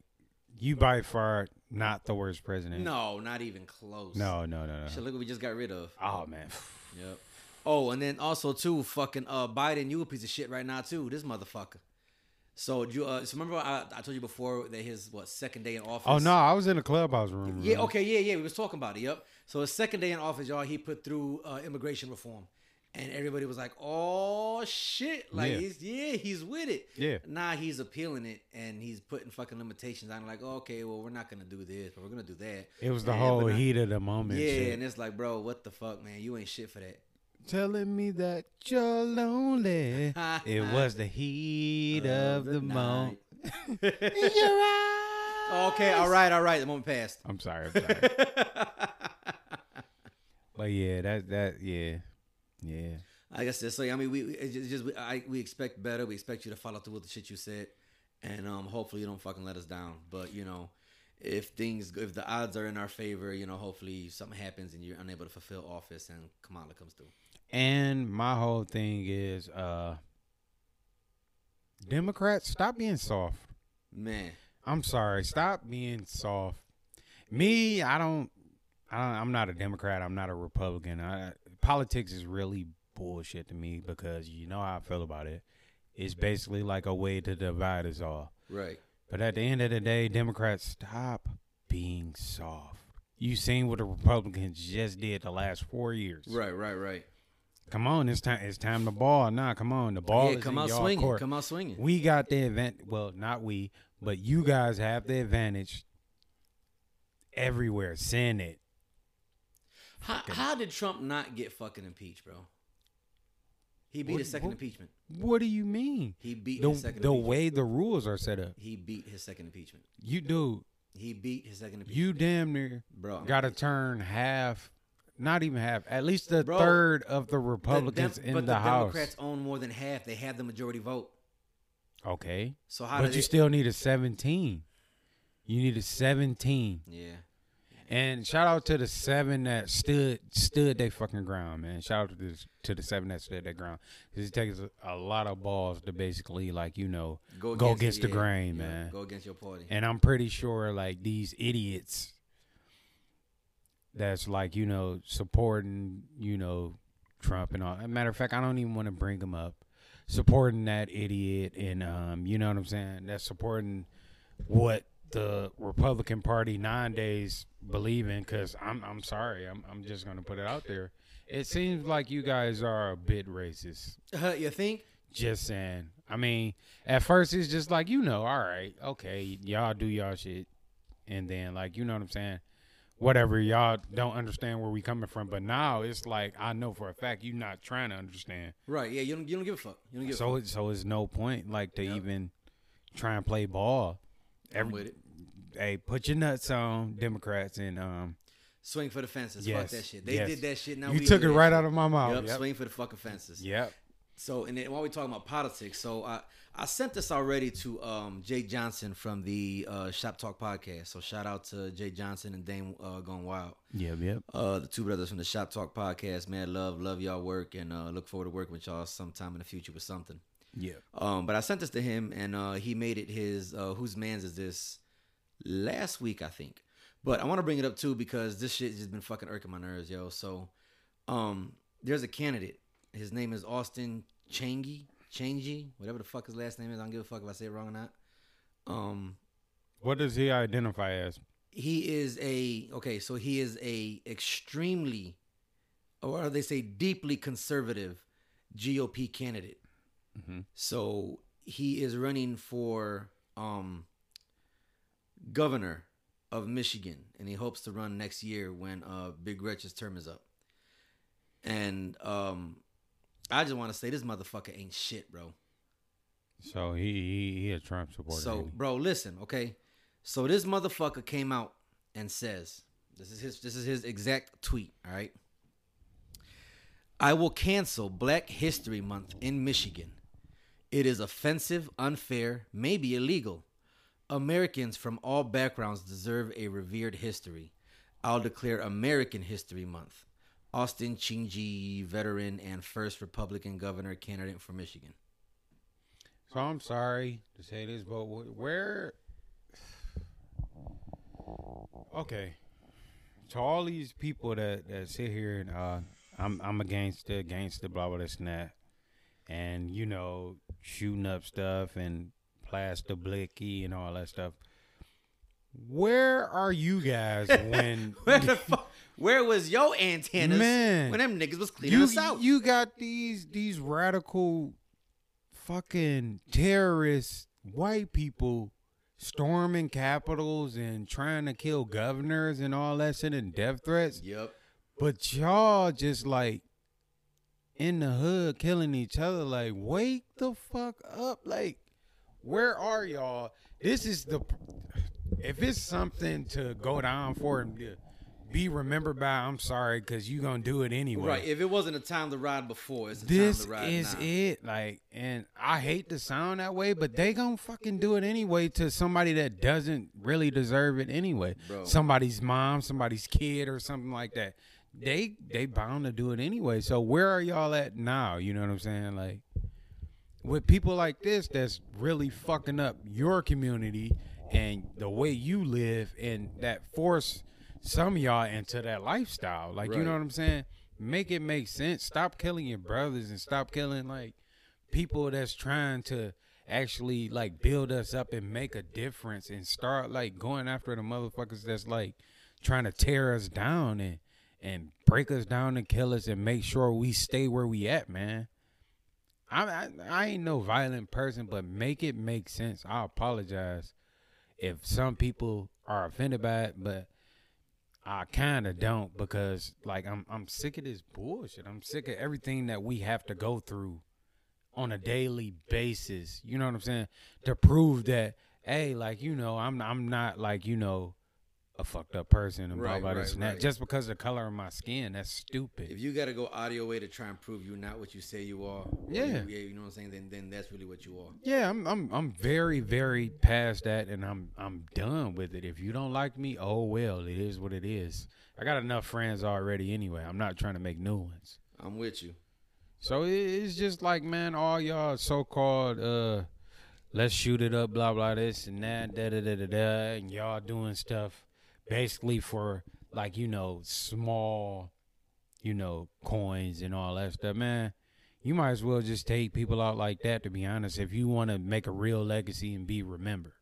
B: you by far not the worst president.
A: no, not even close.
B: No, no, no, no.
A: shit, look what we just got rid of.
B: Oh man.
A: Yep. Oh, and then also too, fucking uh, Biden, you a piece of shit right now too. This motherfucker. So do you uh, so remember I, I told you before that his what second day in office.
B: Oh no, I was in the clubhouse room.
A: Yeah.
B: remember?
A: Okay. Yeah. Yeah. We was talking about it. Yep. So his second day in office, y'all, he put through uh, immigration reform, and everybody was like, "Oh shit!" Like,
B: Yeah.
A: He's, yeah, he's with it.
B: Yeah.
A: Now he's appealing it, and he's putting fucking limitations on. it, Like, okay, well, we're not gonna do this, but we're gonna do that.
B: It was the
A: Yeah,
B: whole
A: but not-
B: heat of the moment.
A: Yeah,
B: shit.
A: and it's like, bro, what the fuck, man? You ain't shit for that.
B: telling me that you're lonely. it was the heat of the moment.
A: Okay, all right, all right. The moment passed.
B: I'm sorry. I'm sorry. but yeah, that that yeah, yeah.
A: Like I said, so I mean, we we- it's just, just we, I, we expect better. We expect you to follow through with the shit you said, and um, hopefully you don't fucking let us down. But you know, if things, if the odds are in our favor, you know, hopefully something happens and you're unable to fulfill office and Kamala comes through.
B: And my whole thing is, uh Democrats, stop being soft.
A: Man,
B: I'm sorry. Stop being soft. Me, I don't. I don't I'm not a Democrat. I'm not a Republican. I, politics is really bullshit to me because you know how I feel about it. It's basically like a way to divide us all.
A: right?
B: But at the end of the day, Democrats, stop being soft. You seen what the Republicans just did the last four years.
A: Right, right, right.
B: Come on, it's time. It's time to ball. Nah, come on, the ball.
A: yeah,
B: is
A: come
B: in
A: out
B: y'all
A: swinging.
B: court.
A: Come out swinging.
B: We got the event. Well, not we, but you guys have the advantage everywhere. Send it.
A: How, how did Trump not get fucking impeached, bro? He beat
B: What-
A: his second
B: what-
A: impeachment.
B: What do you mean?
A: He beat
B: The,
A: his second.
B: the
A: impeachment.
B: way the rules are set up.
A: He beat his second impeachment.
B: You do.
A: He beat his second impeachment.
B: You damn near
A: bro,
B: got to turn half, not even half, at least a
A: Bro,
B: third of the
A: The Dem-
B: Republicans in
A: but
B: the, House.
A: Democrats own more than half. They have the majority vote.
B: Okay.
A: So how
B: But
A: did
B: you
A: it-
B: still need a 17. You need a 17.
A: Yeah,
B: And shout out to the seven that stood stood their fucking ground, man. Shout out to the, to the seven that stood their ground. 'Cause it takes a, a lot of balls to basically, like you know, go, against, the
A: yeah,
B: grain,
A: yeah,
B: man.
A: Go against your party.
B: And I'm pretty sure like these idiots that's like you know supporting you know Trump and all. matter of fact, I don't even want to bring them up. Supporting that idiot and um, you know what I'm saying. That's supporting what the Republican Party nowadays believe in. Because I'm I'm sorry, I'm I'm just gonna put it out there. It seems like you guys are a bit racist.
A: Uh, you think?
B: Just saying, I mean, at first it's just like you know, all right, okay, y'all do y'all shit, and then like you know what I'm saying, whatever y'all don't understand where we coming from, but now it's like I know for a fact you not trying to understand,
A: Right. Yeah. You don't. You don't give a fuck. You don't give
B: so it's so it's no point like to even try and play ball.
A: a fuck
B: Every,
A: with it.
B: Hey, put your nuts on Democrats and um.
A: Swing for the fences.
B: yes,
A: fuck that shit. They
B: yes.
A: did that shit. Now
B: you
A: we
B: took
A: do
B: it
A: that
B: right
A: shit.
B: out of my mouth.
A: Yep, Swing for the fucking fences.
B: yep.
A: So, and then while we're talking about politics, so I I sent this already to um, Jake Johnson from the uh, Shop Talk podcast. So shout out to Jake Johnson and Dame uh, Gone Wild,
B: Yep. Yep.
A: uh, the two brothers from the Shop Talk podcast. Man, love love y'all work and uh, look forward to working with y'all sometime in the future with something.
B: Yep.
A: Um, but I sent this to him, and uh, he made it his uh, "Whose Man's Is This?" last week, I think. But I want to bring it up too because this shit just been fucking irking my nerves, yo. So, um, there's a candidate. His name is Austin Changi, Changi, whatever the fuck his last name is. I don't give a fuck if I say it wrong or not. Um,
B: What does he identify as?
A: he is a okay so he is a extremely or they say deeply conservative gop candidate Mm-hmm.
B: Mhm.
A: so he is running for um governor of michigan and he hopes to run next year when uh big Gretchen's term is up and um i just want to say this motherfucker ain't shit bro
B: So he he, he a Trump supporter.
A: so,
B: ain't he?
A: bro, listen, okay. So this motherfucker came out and says, "This is his. This is his exact tweet." All right. I will cancel Black History Month in Michigan. It is offensive, unfair, maybe illegal. Americans from all backgrounds deserve a revered history. I'll declare American History Month. Austin Chingy, veteran and first Republican governor candidate for Michigan.
B: So I'm sorry to say this, but wh- where? Okay, to all these people that, that sit here and uh, I'm I'm against the against the blah blah this and that, and you know shooting up stuff and plaster blicky and all that stuff. Where are you guys when
A: Where the fuck? Where was your antennas
B: Man.
A: when them niggas was cleaning
B: you
A: us out?
B: you got these these radical fucking terrorist white people storming capitals and trying to kill governors and all that shit and death threats
A: yep.
B: but y'all just like in the hood killing each other like wake the fuck up like where are y'all this is the if it's something to go down for and to be remembered by i'm sorry because you gonna do it anyway
A: Right. If it wasn't a time to ride before, it's a
B: this
A: time to ride
B: is
A: now.
B: it like and i hate to sound that way but they gonna fucking do it anyway to somebody that doesn't really deserve it anyway
A: Bro.
B: somebody's mom somebody's kid or something like that they they bound to do it anyway so where are y'all at now you know what i'm saying like with people like this that's really fucking up your community and the way you live and that force some of y'all into that lifestyle. Like you know
A: Right.
B: what I'm saying? Make it make sense. Stop killing your brothers and stop killing like people that's trying to actually like build us up and make a difference and start like going after the motherfuckers that's like trying to tear us down and and break us down and kill us and make sure we stay where we at, man. I, I I ain't no violent person, but make it make sense. I apologize if some people are offended by it, but I kind of don't because like I'm I'm sick of this bullshit. I'm sick of everything that we have to go through on a daily basis. You know what I'm saying? To prove that hey, like you know, I'm I'm not like you know a fucked up person and
A: Right,
B: blah blah this
A: right,
B: and
A: right.
B: that just because of the color of my skin. That's stupid.
A: If you got to go out of your way to try and prove you're not what you say you are, or
B: Yeah.
A: you, yeah, you know what I'm saying. Then, then that's really what you are.
B: Yeah, I'm I'm I'm very very past that, and I'm I'm done with it. If you don't like me, oh well, it is what it is. I got enough friends already anyway. I'm not trying to make new ones.
A: I'm with you.
B: So it, it's just like man, all y'all so called uh, let's shoot it up, blah blah this and that, da da da da da, and y'all doing stuff basically for like you know small, you know coins and all that stuff, man you might as well just take people out like that to be honest if you want to make a real legacy and be remembered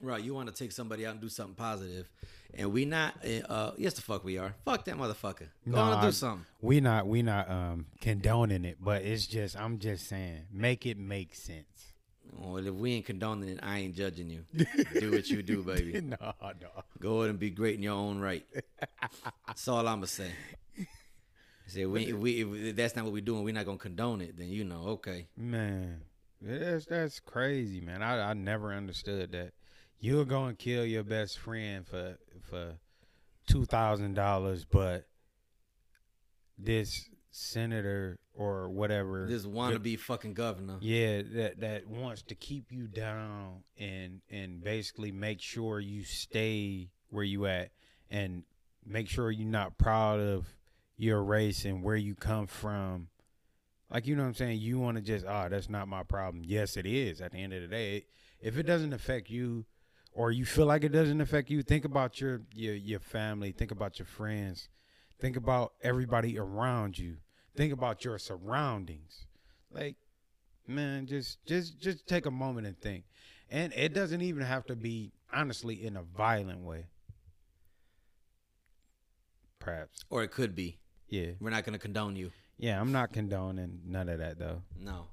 A: Right. You want to take somebody out and do something positive, and we not. Uh, yes, the fuck we are. Fuck that motherfucker. Go on and
B: Nah,
A: do something.
B: we not we not um condoning it but it's just i'm just saying make it make sense
A: Well, if we ain't condoning it, I ain't judging you. do what you do, baby.
B: no, no.
A: Go ahead and be great in your own right. That's all I'ma say. Say we, we if that's not what we're doing. We're not gonna condone it. Then you know, okay.
B: Man, that's that's crazy, man. I, I never understood that. You're gonna kill your best friend for for two thousand dollars, but this senator or whatever
A: This wannabe fucking governor.
B: Yeah, that that wants to keep you down and and basically make sure you stay where you at and make sure you're not proud of your race and where you come from. Like you know what I'm saying? You want to just ah, that's not my problem. Yes, it is. At the end of the day, if it doesn't affect you, or you feel like it doesn't affect you, think about your your your family. Think about your friends. Think about everybody around you. Think about your surroundings. Like man just just just take a moment and think and it doesn't even have to be honestly in a violent way perhaps
A: Or it could be.
B: yeah
A: We're not gonna condone you.
B: yeah i'm not condoning none of that though
A: No.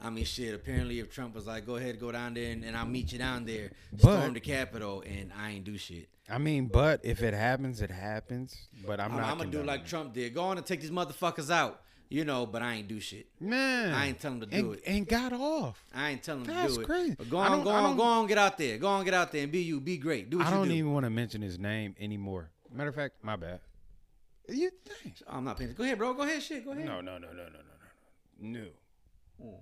A: I mean, shit. Apparently, if Trump was like, "Go ahead, go down there, and, and I'll meet you down there," storm
B: But-
A: the Capitol, and I ain't do shit.
B: i mean but if it happens it happens but i'm
A: I'm,
B: not
A: I'm gonna do
B: condoning
A: like
B: it.
A: Trump did. Go on and take these motherfuckers out, you know. But I ain't do shit.
B: man
A: I ain't tell 'em to do
B: and,
A: it.
B: and got off
A: I ain't telling them
B: That's
A: to do it.
B: crazy.
A: But go
B: I
A: on,
B: don't-
A: go
B: I
A: on,
B: don't-
A: go on, get out there. Go on, get out there and be you. Be great. Do what
B: i
A: you
B: don't
A: do.
B: even want to mention his name anymore matter of fact my bad you think
A: I'm not paying. Go ahead, bro. Go ahead, shit. Go ahead.
B: No, no, no, no, no, no, no. No.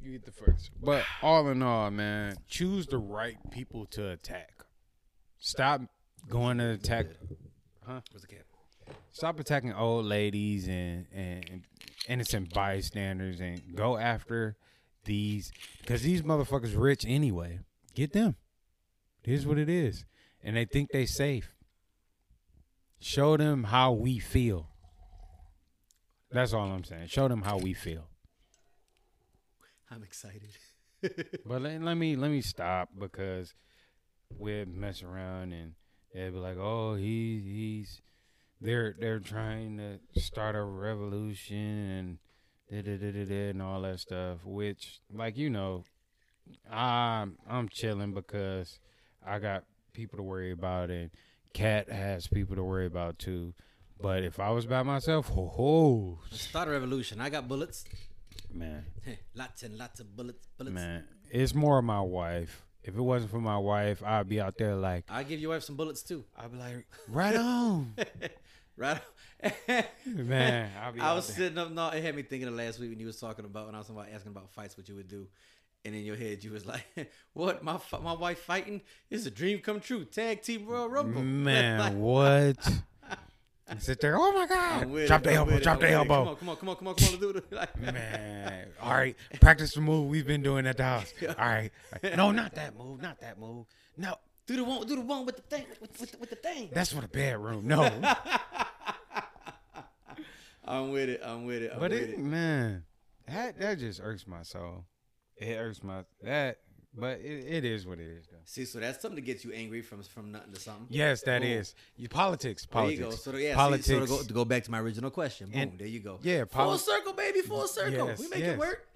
B: You get the first. But all in all, man, choose the right people to attack. Stop going to attack.
A: Where's the cap?
B: Stop attacking old ladies and, and, and innocent bystanders, and go after these because these motherfuckers rich anyway. Get them. It is what it is, and they think they safe. Show them how we feel. That's all I'm saying. Show them how we feel.
A: I'm excited.
B: But let, let me let me stop because we'll mess around and they'll be like, oh, he he's they're they're trying to start a revolution and da da da da da and all that stuff. Which like you know, I'm I'm chilling because I got people to worry about and Cat has people to worry about too. But if I was by myself, ho ho,
A: Start a revolution. I got bullets.
B: man.
A: lots and lots of bullets. Bullets.
B: Man, it's more my wife. If it wasn't for my wife, I'd be out there like,
A: I give your wife some bullets too.
B: I'd be like, right on,
A: Right.
B: man. I'd be
A: I
B: out
A: was
B: there.
A: sitting up. No, it had me thinking of last week when you was talking about when I was talking about asking about fights, what you would do, and in your head you was like, "What? My fi- my wife fighting is a dream come true. Tag team Royal Rumble."
B: man. what? And sit there. Oh my
A: I'm with it,
B: god! Drop the
A: I'm
B: elbow.
A: with it,
B: Drop
A: I'm
B: the
A: with it.
B: elbow.
A: Come on, come on, come on, come on, come on, dude. Like,
B: Man, all right. Practice the move we've been doing at the house. All right. No, not that move. Not that move. No,
A: do the one, do the one with the thing, with, with, with the thing.
B: that's for the bedroom. No.
A: I'm with it. I'm with it. I'm
B: But
A: with
B: it,
A: it.
B: man, that that just irks my soul. It irks my that. But it, it is what it is though.
A: See, so that's something to get you angry from from nothing to something.
B: Yes, that
A: Boom.
B: is You politics.
A: There
B: Politics.
A: you go. So, yeah, see,
B: politics.
A: so to, go, to go back to my original question, boom,
B: And-
A: there you go.
B: yeah,
A: full
B: poli-
A: circle, baby, full circle.
B: Yes,
A: we make
B: yes.
A: it work.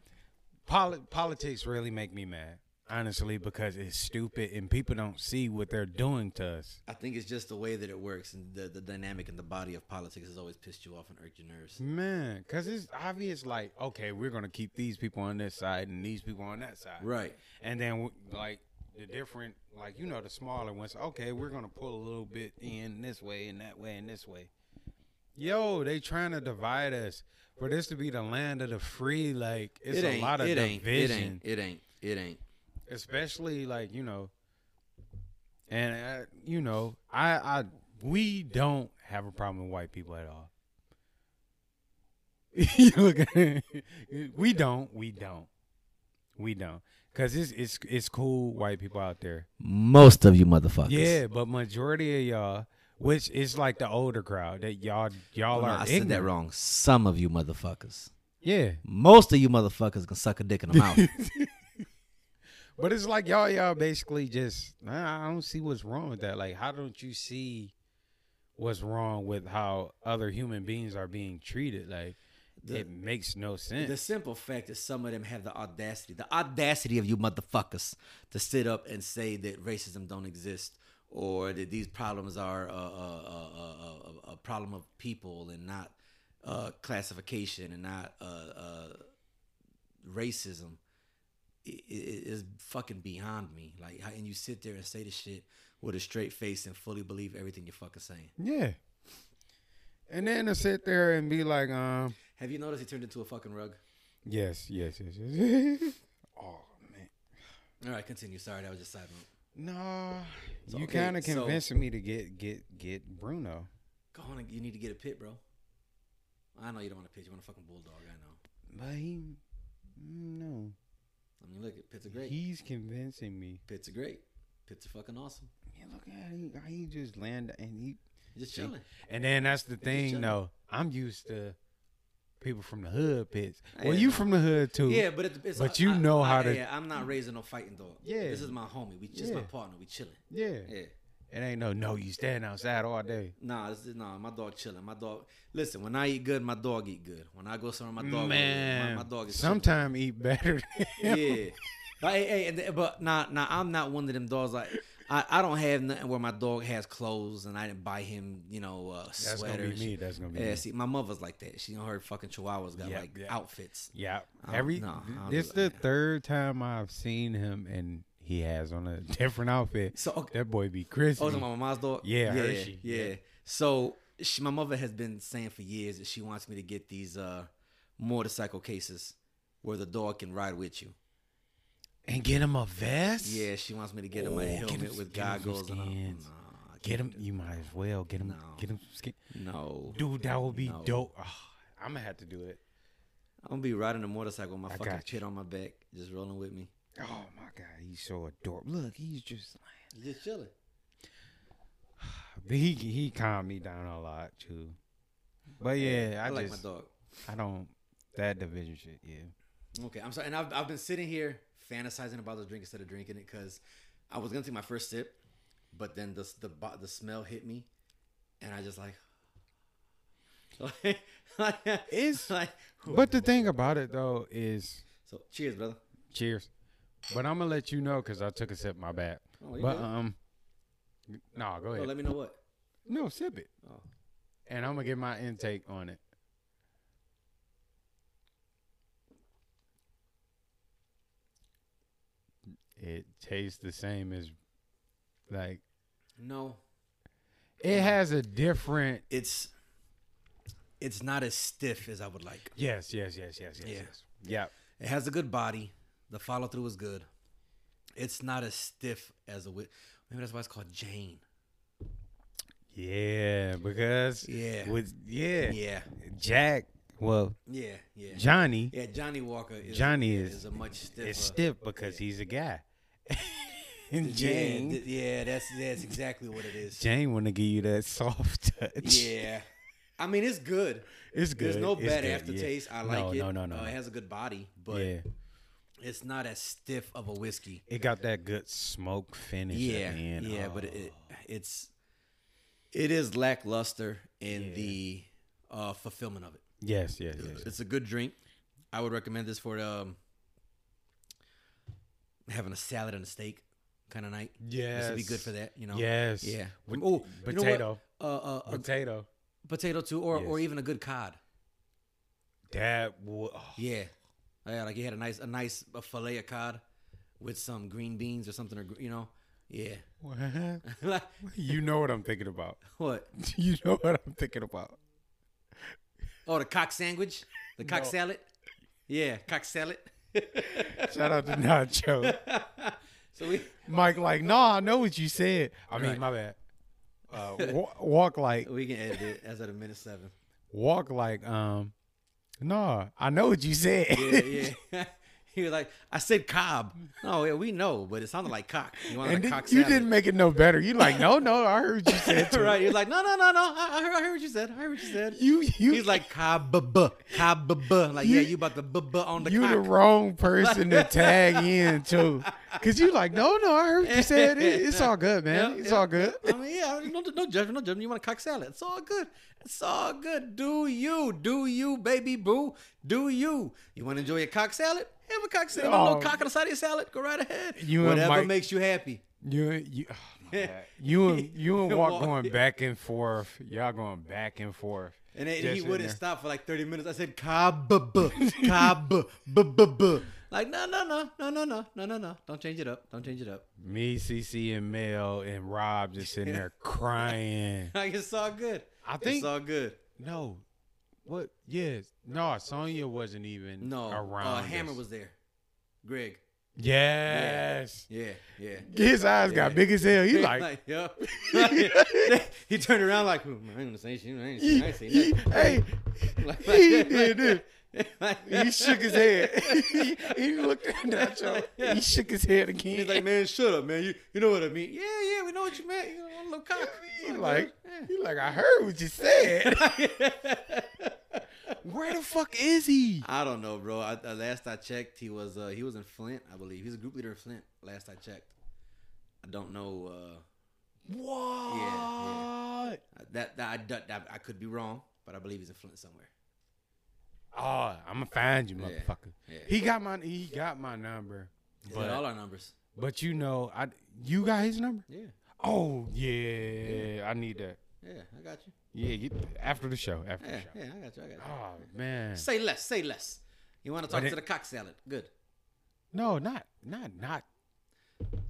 B: Poli- politics really make me mad, honestly, because it's stupid and people don't see what they're doing to us.
A: I think it's just the way that it works and the, the dynamic and the body of politics has always pissed you off and irked your nerves.
B: Man, because it's obvious. Like, okay, we're gonna keep these people on this side and these people on that side.
A: Right.
B: And then w- like the different, like you know, the smaller ones. Okay, we're gonna pull a little bit in this way and that way and this way. Yo, they trying to divide us for this to be the land of the free. Like, it's
A: it
B: a
A: ain't,
B: lot of
A: it ain't,
B: division.
A: It ain't. It ain't. It ain't.
B: especially like you know and uh, you know i i we don't have a problem with white people at all You look at- we don't we don't we don't because it's it's it's cool white people out there
A: Most of you motherfuckers.
B: yeah but majority of y'all which is like the older crowd that y'all y'all
A: No,
B: are
A: Oh, I said
B: ignorant.
A: that wrong. Some of you motherfuckers.
B: yeah
A: Most of you motherfuckers can suck a dick in the mouth.
B: But it's like y'all, y'all basically just. I I don't see what's wrong with that. Like, how don't you see what's wrong with how other human beings are being treated? Like,
A: The-
B: it makes no sense.
A: The simple fact is, some of them have the audacity, the audacity of you motherfuckers, to sit up and say that racism don't exist or that these problems are a, a, a, a, a problem of people and not uh, classification and not uh, uh, racism. It is fucking beyond me. Like, how- and you sit there and say this shit with a straight face and fully believe everything you're fucking saying.
B: yeah. And then to sit there and be like, um,
A: Have you noticed he turned into a fucking rug?
B: yes, yes, yes, yes. oh man,
A: All right, continue. Sorry, that was just side note.
B: no.
A: So,
B: you
A: okay,
B: kind of
A: so-
B: convincing me to get get get Bruno.
A: Go on, and- you need to get a pit, bro. I know you don't want a pit. You want a fucking bulldog. I know.
B: But he, no,
A: I mean, look, pits are great.
B: he's convincing me.
A: pits are great. Pits are fucking awesome.
B: Yeah, look at how he, how he just landed and he.
A: You're just
B: See?
A: chilling.
B: And then that's the thing,
A: chilling.
B: though. I'm used to people from the hood pits.
A: Yeah.
B: Well, you from the hood too.
A: Yeah, but it's, it's
B: But you know how to-
A: Yeah, I'm not raising no fighting dog.
B: Yeah.
A: this is my homie. We just my
B: Yeah.
A: partner. We chilling.
B: yeah.
A: Yeah.
B: It ain't no no. You stand outside all day.
A: Nah, this is, nah. My dog chilling. My dog. Listen, when I eat good, my dog eat good. When I go somewhere, my dog. go-
B: Man,
A: my, my dog is chilling.
B: sometime eat better. than-
A: yeah. But hey, hey, and th- but nah, nah, I'm not one of them dogs. Like I, I don't have nothing where my dog has clothes and I didn't buy him, you know, uh,
B: That's gonna be
A: sweaters.
B: me. That's gonna be
A: Yeah,
B: me.
A: see, my mother's like that. She her fucking chihuahuas got
B: Yeah,
A: like
B: yeah.
A: outfits.
B: Yeah.
A: I don't-
B: Every
A: no, I don't
B: this
A: do
B: the
A: that.
B: third time I've seen him and he has on a different outfit.
A: So okay,
B: That boy be crispy.
A: oh, is it my mom's dog.
B: Yeah,
A: yeah,
B: Hershey,
A: yeah.
B: yeah.
A: So she, my mother has been saying for years that she wants me to get these uh motorcycle cases where the dog can ride with you.
B: and get him a vest.
A: Yeah, she wants me to get him a
B: Ooh, Oh, get
A: helmet
B: him-
A: with
B: get him some
A: goggles and all.
B: skins.
A: Nah, I
B: Get him.
A: can't
B: You might as well get him.
A: No.
B: Get him. some Skin.
A: do- No,
B: Dude, that would be
A: No.
B: dope. Ah, I'm gonna have to do it.
A: I'm gonna be riding a motorcycle with my
B: I
A: fucking
B: got
A: kid on my back, just rolling with me.
B: Oh my god, he's so adorable. Look, he's just like
A: Just chilling.
B: but he he calmed me down a lot too. But yeah,
A: I,
B: I,
A: like
B: just
A: my dog.
B: I don't that division shit. Yeah,
A: Okay, I'm sorry. And I've, I've been sitting here fantasizing about this drink instead of drinking it because I was gonna take my first sip, but then the the bo- the smell hit me, and I just like. like,
B: It's-
A: like
B: but the thing about it though is
A: so cheers brother
B: cheers. But I'm gonna let you know because I took a sip. My bad.
A: oh, you
B: but
A: good?
B: um, no, go
A: oh,
B: ahead.
A: let me know what
B: No, sip it,
A: oh.
B: and I'm gonna get my intake on it. It tastes the same as like
A: no
B: It has a different.
A: it's it's not as stiff as I would like
B: Yes, yes, yes, yes, yes,
A: Yeah.
B: yes. Yeah.
A: It has a good body. The follow through is good. It's not as stiff as a whip. Maybe that's why it's called Jane.
B: Yeah, because
A: Yeah.
B: with yeah,
A: Yeah,
B: Jack, well,
A: yeah, yeah.
B: Johnny
A: yeah, Johnny Walker is
B: Johnny is-
A: a much stiffer.
B: is stiff because he's a guy. and
A: Yeah,
B: Jane,
A: th- yeah, that's that's exactly what it is.
B: Jane want to give you that soft touch.
A: Yeah, I mean it's good.
B: it's good.
A: There's no
B: it's
A: bad
B: good,
A: aftertaste.
B: yeah.
A: I like
B: no,
A: it.
B: No, no, no,
A: Uh,
B: no.
A: it has a good body, but
B: yeah,
A: it's not as stiff of a whiskey.
B: it got that good smoke finish.
A: yeah
B: at the end.
A: yeah but
B: Oh.
A: it, it- it's it is lackluster in
B: Yeah.
A: the uh fulfillment of it
B: yes, yes, yes.
A: it's a good drink i would recommend this for um having a salad and a steak kind of night
B: Yes,
A: this would be good for that you know
B: Yes,
A: yeah
B: With
A: oh
B: potato.
A: uh, uh, a
B: potato.
A: potato too or or
B: Yes.
A: even a good cod
B: That would. oh,
A: yeah yeah like you had a nice a nice a fillet of cod with some green beans or something or gr- you know yeah
B: What?
A: like
B: You know what I'm thinking about.
A: what
B: You know what I'm thinking about.
A: Oh, the cock sandwich, the cock
B: No.
A: salad. Yeah, cock salad.
B: Shout out to Nacho.
A: so we
B: Mike, like, nah, I know what you said. I mean,
A: Right.
B: my bad. Uh, wa- walk like,
A: we can edit it as at a minute seven.
B: walk like, um, nah, I know what you said.
A: Yeah, yeah. He was like, I said cob. No, yeah, we know, but it sounded like cock. You wanted
B: And
A: a
B: then
A: cock
B: you
A: salad.
B: didn't make it no better. You like, no, no, I heard you said to
A: right. He was like, no, no, no, no. I, I, heard, I heard what you said. I heard what you said.
B: You, you,
A: He's like, cob, buh, cob, buh. Like,
B: You-
A: yeah, you about to buh, buh on the
B: you
A: cock.
B: the wrong person to tag in too, cause you like, no, no, I heard you said it. It's all good, man.
A: Yeah,
B: it's
A: yeah,
B: all good.
A: yeah. I mean, yeah, no, no judgment, no judgment. You want a cock salad? It's all good. It's all good. Do you? Do you, baby boo? Do you? You want to enjoy your cock salad? Have a cock salad.
B: Oh.
A: No cock on the side of your salad. Go right ahead.
B: You and
A: Whatever
B: Mike-
A: makes you happy.
B: You, you, oh my God. you and you and Walk
A: Walk.
B: going back and forth. Y'all going back and forth.
A: And then
B: Just
A: he
B: in
A: wouldn't
B: there.
A: stop for like 30 minutes. I said, "Kabubu, kabu, bu, bu, bu." Like, no, no, no, no, no, no, no, no, no. Don't change it up. Don't change it up.
B: Me, CC, and Mel and Rob just sitting there crying.
A: Like, it's all good.
B: I think-
A: it's all good.
B: No, what? Yes, no. Sonya wasn't even
A: No,
B: around.
A: uh, Hammer
B: us.
A: was there. Greg.
B: Yes.
A: Yeah, yeah.
B: His eyes got big as hell. You
A: He's
B: like,
A: like, yeah. he turned around like, "Hmm, I ain't gonna say shit. I ain't, I ain't say
B: he,
A: nothing.
B: hey,
A: Like-
B: he did this.
A: like-
B: He shook his head. he, he looked at Nacho. He shook his head again.
A: He's like, man, shut up, man. You, you know what I mean? Yeah, yeah, we know what you meant. You know, a little cock.
B: he like, he like, I heard what you said. Where the fuck is he?
A: I don't know, bro. I, uh, last I checked, he was uh, he was in Flint, I believe. He's a group leader in Flint. Last I checked, I don't know. Uh,
B: What?
A: that that I, that- that- I could be wrong, but I believe he's in Flint somewhere.
B: Oh, I'm gonna find you,
A: Yeah,
B: motherfucker.
A: yeah.
B: He got my he got my number,
A: He's got all
B: but
A: our numbers.
B: but you know, I you got his number.
A: Yeah,
B: Oh yeah, I need that.
A: yeah, I got you.
B: Yeah, get, after the show, after
A: Yeah,
B: the show.
A: yeah, I got you. I got you.
B: Oh man,
A: Say less, say less. You want to talk
B: But it-
A: to the cock salad? Good.
B: no, not not not.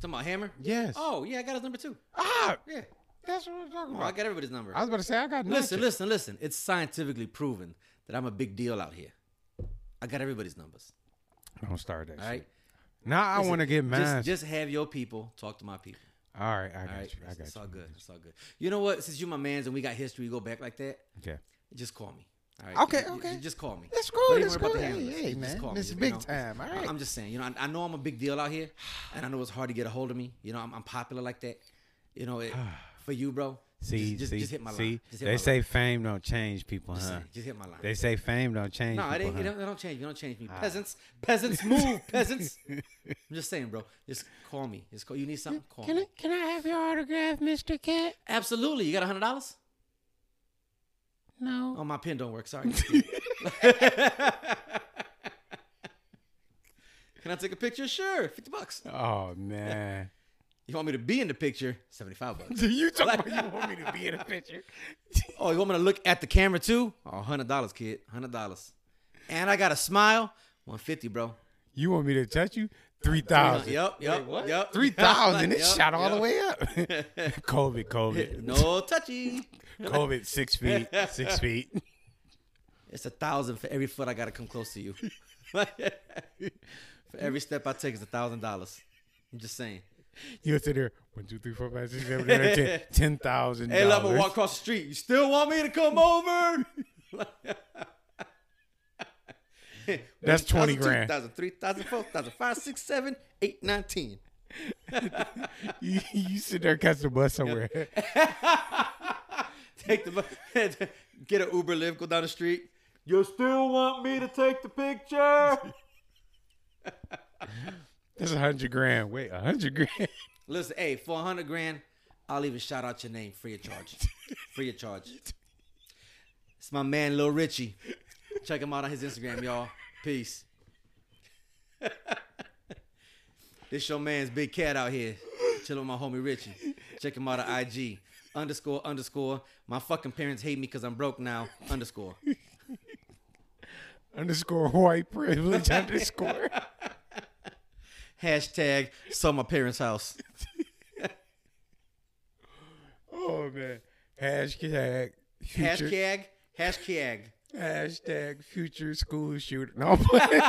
A: Talking about Hammer?
B: Yes.
A: Oh, yeah, I got his number too.
B: Ah,
A: Yeah.
B: that's what I'm talking
A: Oh, I
B: about.
A: got everybody's number.
B: I was about to say I got
A: listen,
B: Nacho.
A: listen, listen. It's scientifically proven that I'm a big deal out here. I got everybody's numbers.
B: Don't start that.
A: All right.
B: shit. Now I
A: Listen,
B: want to get mine.
A: Just, just have your people talk to my people.
B: all right, I got
A: All right.
B: you. I got
A: it's
B: you.
A: all good. It's all good. You know what? Since you my man's and we got history, we go back like that.
B: Okay.
A: Just call me. All right.
B: Okay,
A: You- you-
B: okay.
A: you Just call me.
B: That's
A: Don't
B: cool.
A: even
B: That's
A: worry about
B: cool.
A: the
B: Hey,
A: handlers.
B: hey,
A: Just
B: man,
A: call me,
B: this is
A: you
B: big
A: know?
B: time. All
A: I-
B: right.
A: I'm just saying, you know, I, I know I'm a big deal out here, and I know it's hard to get a hold of me. You know, I'm, I'm popular like that. You know, it, for you, bro.
B: See,
A: just, just,
B: see,
A: just hit my
B: see.
A: line. Just hit
B: they
A: my
B: say
A: line.
B: fame don't change people,
A: Just
B: huh?
A: saying, Just hit my line.
B: They say fame don't change.
A: no, it
B: people,
A: ain't.
B: huh?
A: It don't, it don't change. You don't change me, peasants. Peasants, move, peasants. I'm just saying, bro. Just call me. Just call. You need something? Call me.
B: can I have your autograph, Mister Cat?
A: Absolutely. You got a hundred dollars?
B: No.
A: Oh, my pen don't work. Sorry. Can I take a picture? Sure, fifty bucks.
B: Oh man.
A: You want me to be in the picture? Seventy-five bucks.
B: Do you talk about you want me to be in a picture?
A: Oh, you want me to look at the camera too? Oh, hundred dollars, kid. Hundred dollars. And I got a smile. One fifty, bro.
B: you want me to touch you? Three thousand.
A: Yep, yep, yep.
B: Three thousand. It
A: Yep,
B: shot all the
A: yep.
B: way up. COVID, COVID,
A: No touchy.
B: COVID. Six feet, six feet.
A: It's a thousand for every foot I gotta come close to you. for every step I take is a thousand dollars. I'm just saying.
B: You'll sit there. One, two, three, four, five, six, seven, eight, nine, ten. Ten thousand.
A: Hey, level walk across the street. You still want me to come over?
B: That's 20
A: 1,000,
B: grand.
A: 2,000, 3,000, 4,000, 5, 6, 7, 8, 9, 10.
B: You, you sit there, catch the bus somewhere.
A: Take the bu- get an Uber lift, go down the street. You still want me to take the picture?
B: That's a hundred grand. Wait, a hundred grand.
A: Listen, hey, for a hundred grand, I'll even shout out your name free of charge. free of charge. It's my man Lil Richie. Check him out on his Instagram, y'all. Peace. this your man's big cat out here. Chilling with my homie Richie. Check him out on IG. Underscore underscore. My fucking parents hate me because I'm broke now. Underscore.
B: underscore white privilege. underscore.
A: Hashtag saw my parents' house.
B: Oh man. Hashtag future.
A: Hashtag. Hashtag.
B: Hashtag future school shooter. No. I'm playing.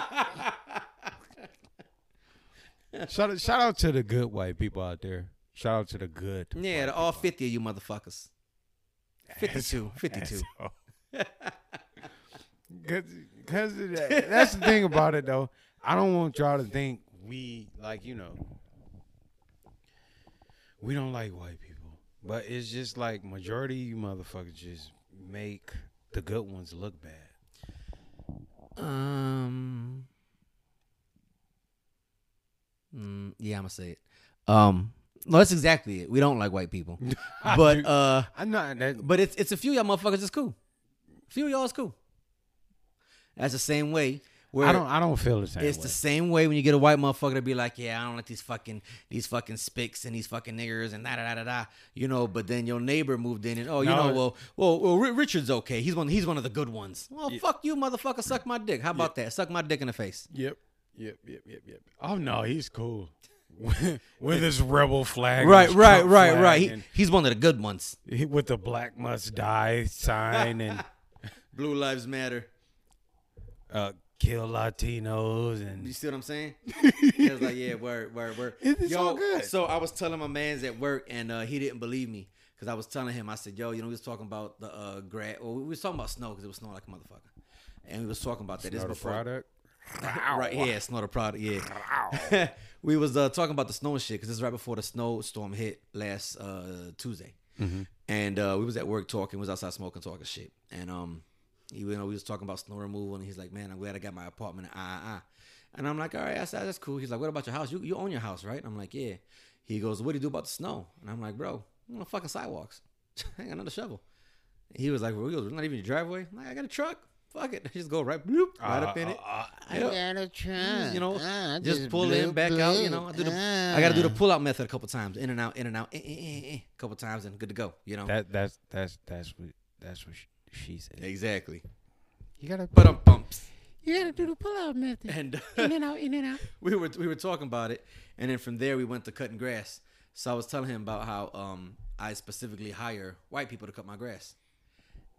B: shout out, shout out to the good white people out there. Shout out to the good.
A: Yeah, to all 50 of you motherfuckers. 52. 52.
B: Because that's the thing about it, though. I don't want y'all to think we like you know we don't like white people, but it's just like majority of you motherfuckers just make the good ones look bad.
A: Um. mm, yeah, I'm gonna say it. Um. No, that's exactly it. We don't like white people,
B: I
A: but
B: do-
A: uh,
B: I'm not that.
A: but it's it's a few of y'all motherfuckers is cool. A few of y'all is cool. That's the same way. Where
B: I don't. I don't feel the same.
A: It's
B: way.
A: the same way when you get a white motherfucker to be like, yeah, I don't like these fucking these fucking spics and these fucking niggers and da da da da da, you know. But then your neighbor moved in and oh, you
B: No,
A: know, well, well, well, Ri- Richard's okay. He's one. He's one of the good ones. Well, fuck you, motherfucker. Suck my dick. How about that? Suck my dick in the face.
B: Yep. Yep. Yep. Yep. Yep. Oh no, he's cool. with his rebel flag, and
A: Right,
B: his
A: right,
B: Trump
A: right,
B: flag
A: right. He,
B: and
A: he's one of the good ones.
B: he- with the black must die sign and
A: Blue lives matter.
B: uh, kill Latinos and
A: You see what I'm saying? He was like, yeah, word, word, word.
B: It's all good.
A: So I was telling my man's at work, and uh, he didn't believe me because I was telling him. I said, yo, you know, we was talking about the uh, grad. Well, we was talking about snow because it was snowing like a motherfucker, and we was talking about that. This
B: Not a
A: before,
B: product.
A: right? Yeah, it's not a product. Yeah. we was uh, talking about the snow and shit because this is right before the snowstorm hit last uh, Tuesday, and uh, we was at work talking. We was outside smoking, talking shit, and um, you know, we was talking about snow removal, and he's like, "Man, I'm glad I got my apartment." in ah, ah. and I'm like, "All right, I said, that's cool." He's like, "What about your house? You you own your house, right?" I'm like, "Yeah." He goes, "What do you do about the snow?" And I'm like, "Bro, I'm on the fucking sidewalks. I ain't got another shovel." He was like, well, he goes, not even your driveway. I'm like, I got a truck. Fuck it. just go right, bloop, right up in
B: Uh,
A: it. I
C: gotta try.
A: uh, you know,
C: Ah, I
A: just, pull in,
C: blew-
A: back out.
C: blew.
A: You know, I, do the,
C: Ah.
A: I got to do the pull out method a couple times, in and out, in and out, eh, eh, eh, eh, eh, a couple times, and good to go. You know,
B: That that's that's that's what that's what she, she said.
A: exactly.
B: You gotta
A: But I'm bumps,
C: You gotta do the pull-out method.
A: and uh,
C: in and out, in and out.
A: we were we were talking about it, and then from there we went to cutting grass. So I was telling him about how um I specifically hire white people to cut my grass,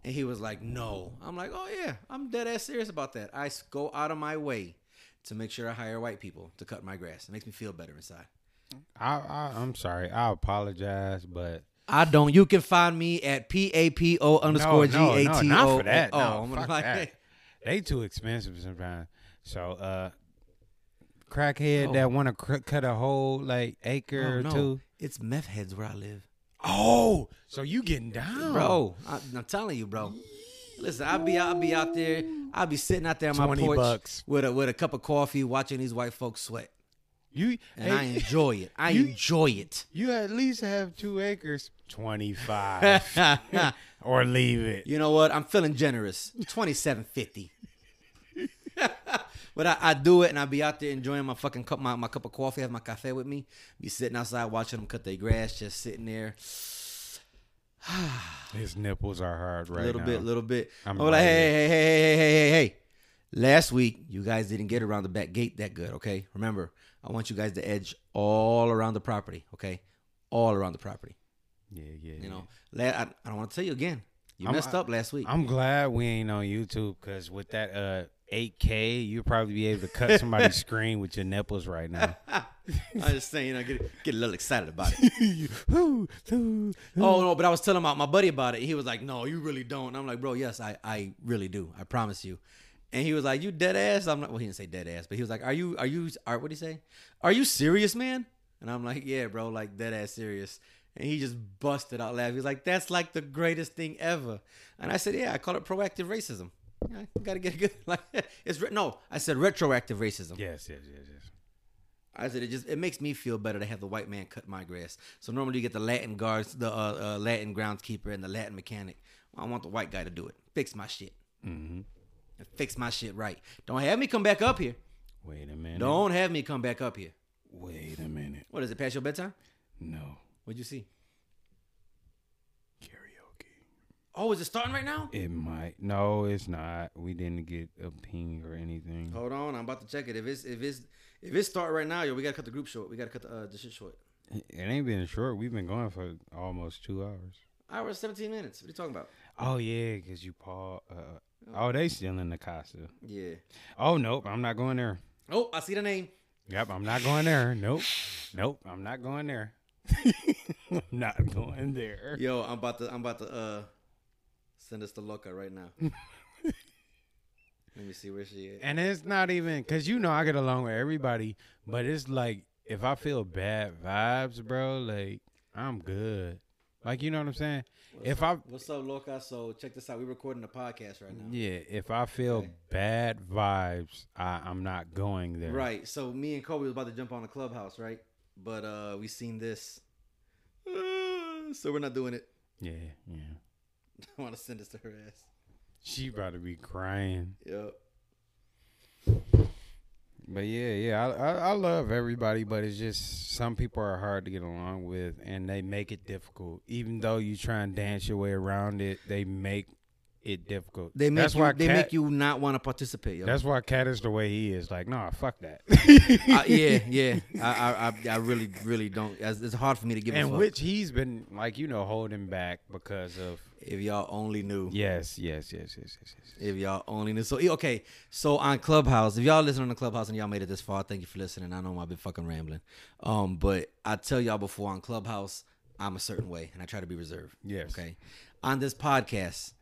A: and he was like, "No." I'm like, "Oh yeah, I'm dead ass serious about that. I s- go out of my way to make sure I hire white people to cut my grass. It makes me feel better inside."
B: I, I I'm sorry. I apologize, but
A: I don't. You can find me at P A P O underscore G
B: no,
A: A
B: no,
A: T O.
B: not for that. No,
A: Oh, I'm
B: fuck
A: like,
B: that. They too expensive sometimes. So uh, crackhead
A: Oh.
B: that want to cr- cut a whole like acre
A: oh,
B: or
A: no.
B: two.
A: It's meth heads where I live,
B: Oh, so you getting down,
A: bro. I, I'm telling you, bro. Listen, I'll be I'll be out there. I'll be sitting out there on my
B: 20
A: porch
B: bucks.
A: with a with a cup of coffee, watching these white folks sweat,
B: You
A: and
B: hey,
A: I enjoy it. I
B: You-
A: enjoy it.
B: you at least have two acres, twenty five, or leave it.
A: You know what? I'm feeling generous. Twenty seven fifty. but I, I do it, and I be out there enjoying my fucking cup, my, my cup of coffee, have my cafe with me. Be sitting outside watching them cut their grass, just sitting there,
B: His nipples are hard right
A: a little
B: now.
A: bit, little bit.
B: I'm
A: I'm like,
B: right
A: hey, hey, hey, hey, hey, hey, hey, hey. Last week, you guys didn't get around the back gate that good, okay? Remember, I want you guys to edge all around the property, okay? All around the property.
B: yeah, yeah.
A: You
B: yeah.
A: know, La- I, I don't want to tell you again. You
B: I'm-
A: messed
B: I-
A: up last week.
B: I'm glad we ain't on YouTube because with that uh 8K, you'll probably be able to cut somebody's screen with your nipples right now.
A: I'm just saying, you know, get get a little excited about it.
B: Ooh, ooh.
A: Oh no, but I was telling my, my buddy about it. He was like, "No, you really don't." And I'm like, "Bro, yes, I, I really do. I promise you." And he was like, "You dead ass?" I'm like, "Well, he didn't say dead ass, but he was like, "Are you are you are what did he say? Are you serious, man?" And I'm like, "Yeah, bro, like dead ass serious." And he just busted out laughing. He was like, "That's like the greatest thing ever." And I said, "Yeah, I call it proactive racism. Yeah, you gotta get good. Like it's re- no, I said retroactive racism.
B: Yes, yes, yes, yes.
A: I said it just it makes me feel better to have the white man cut my grass. So normally you get the Latin guards, the uh, uh, Latin groundskeeper, and the Latin mechanic. I want the white guy to do it, fix my shit, and fix my shit right. Don't have me come back up here.
B: Wait a minute.
A: Don't have me come back up here.
B: Wait a minute.
A: What is it? Past your bedtime?
B: No.
A: What'd you see?
B: Karaoke.
A: Oh, is it starting right now?
B: It might. No, it's not. We didn't get a ping or anything.
A: Hold on, I'm about to check it. If it's if it's if it's start right now, yo, we gotta cut the group short. We gotta cut the, uh, the shit short.
B: It ain't been short. We've been going for almost two hours.
A: Hour and seventeen minutes. What are you talking about?
B: Oh yeah, because you Paul. Uh, oh, they still in the casa.
A: Yeah.
B: Oh nope, I'm not going there.
A: Oh, I see the name.
B: Yep, I'm not going there. Nope. Nope, I'm not going there. I'm not going there.
A: Yo, I'm about to I'm about to uh send us the loca right now. Let me see where she at.
B: And it's not even because you know I get along with everybody, but it's like if I feel bad vibes, bro, like I'm good. Like you know what I'm saying? If I
A: What's up, Loca? So check this out. We're recording a podcast right now.
B: yeah, if I feel
A: Okay.
B: bad vibes, I, I'm not going there.
A: Right. So me and Kobe was about to jump on the clubhouse, right? But uh we seen this. Uh, so we're not doing it.
B: Yeah, yeah.
A: I want to send this to her ass.
B: She about to be crying.
A: Yep.
B: But yeah, yeah, I, I I love everybody, but it's just some people are hard to get along with, and they make it difficult. Even though you try and dance your way around it, they make it difficult.
A: They make
B: That's
A: you,
B: why
A: they
B: Cat-
A: make you not want to participate. Yo.
B: That's why Cat is the way he is. Like, nah, fuck that.
A: I, Uh, yeah, yeah. I, I I I really really don't. It's it's hard for me to give. a
B: and
A: fuck.
B: which he's been like, you know, holding back because of
A: if y'all only knew.
B: yes, yes, yes, yes, yes, yes.
A: If y'all only knew. So e, okay, so on Clubhouse, if y'all listen on the Clubhouse and y'all made it this far, thank you for listening. I know I've been fucking rambling, um, but I tell y'all before on Clubhouse, I'm a certain way and I try to be reserved.
B: Yes.
A: Okay. On this podcast,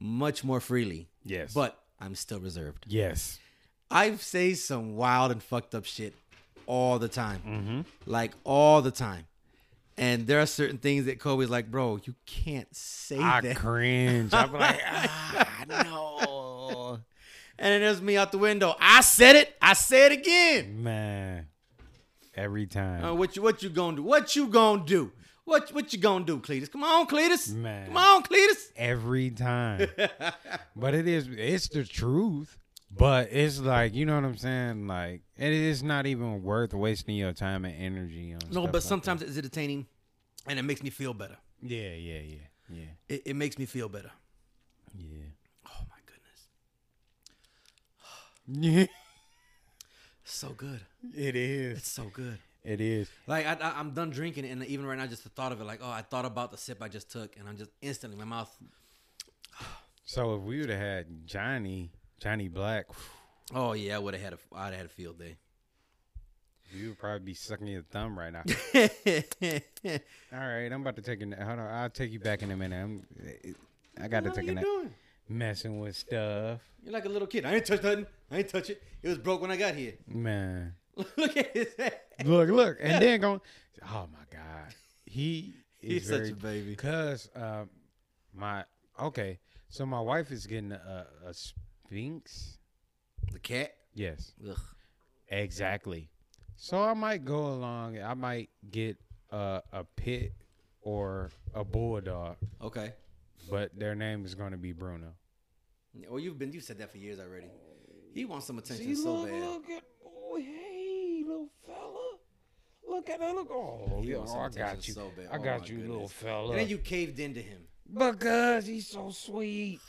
A: much more freely.
B: Yes.
A: But I'm still reserved.
B: Yes.
A: I say some wild and fucked up shit all the time,
B: Mm-hmm.
A: like all the time. And there are certain things that Kobe's like, bro, you can't say
B: I
A: that.
B: cringe. I'm like, ah, no,
A: And then there's me out the window. I said it. I say it again.
B: man. Every time.
A: Uh, what you what you gonna do? What you gonna do? What what you gonna do, Cletus? Come on, Cletus.
B: Man.
A: Come on, Cletus.
B: every time. but it is it's the truth. But it's like you know what I'm saying. Like it is not even worth wasting your time and energy on.
A: No,
B: stuff
A: but
B: like
A: sometimes it's entertaining, and it makes me feel better.
B: that. yeah, yeah, yeah, yeah,
A: It, it makes me feel better.
B: yeah.
A: Oh my goodness, so good.
B: it is.
A: It's so good.
B: It is.
A: Like I, I, I'm done drinking, and even right now, just the thought of it, like oh, I thought about the sip I just took, and I'm just instantly my mouth.
B: So if we would have had Johnny, Johnny Black,
A: Oh yeah, I would have had a I'd have had a field day.
B: you would probably be sucking your thumb right now.
A: what
B: All right, I'm about to take a. na- Hold on, I'll take you back in a minute. I'm, I got to
A: are
B: take a
A: you
B: nap.
A: doing?
B: Messing with stuff,
A: You're like a little kid. I ain't touch nothing. I ain't touch it. It was broke when I got here.
B: man.
A: Look at his head.
B: look, look, and then going, oh my god, he is
A: He's such
B: very-
A: a baby.
B: Cause um, my okay, so my wife is getting a, a Sphinx.
A: The cat.
B: Yes,
A: Ugh.
B: exactly. So I might go along. I might get a, a pit or a bulldog,
A: Okay.
B: but their name is going to be Bruno.
A: Well, you've been you said that for years already. He wants some attention so bad.
B: at oh hey little fella, look at that look. Oh,
A: He
B: yeah,
A: wants some
B: I
A: attention
B: got you,
A: so bad.
B: I
A: Oh, my
B: got you,
A: goodness.
B: little fella.
A: And then you caved into him.
B: Because he's so sweet.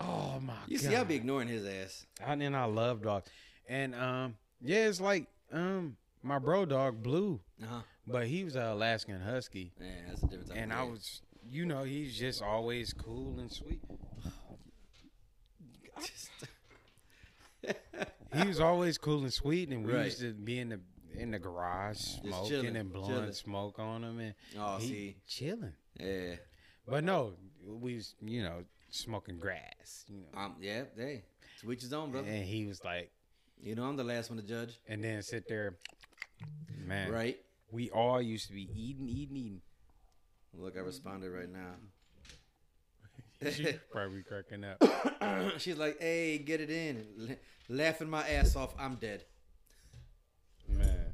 B: Oh my
A: You
B: god.
A: see, I'll be ignoring his ass.
B: and then I love dogs. And um yeah, it's like um my bro dog Blue,
A: Uh huh.
B: but he was an Alaskan husky.
A: Yeah, that's a different type.
B: Uh-huh. And
A: of
B: I
A: cat.
B: was you know, he's just always cool and sweet. He was always cool and sweet and we
A: Right.
B: used to be in the in the garage smoking
A: chilling,
B: and blowing
A: chilling.
B: smoke on him and
A: Oh,
B: he
A: see.
B: chilling.
A: yeah.
B: But no, we was, you know, smoking grass, you know.
A: Um. Yeah. Hey. To each his own, brother.
B: And he was like
A: You know, I'm the last one to judge.
B: and then sit there. Man,
A: Right.
B: We all used to be eating, eating, eating.
A: Look, I responded right now.
B: She's probably cracking up.
A: She's like, "Hey, get it in." La- laughing my ass off. I'm dead.
B: Man,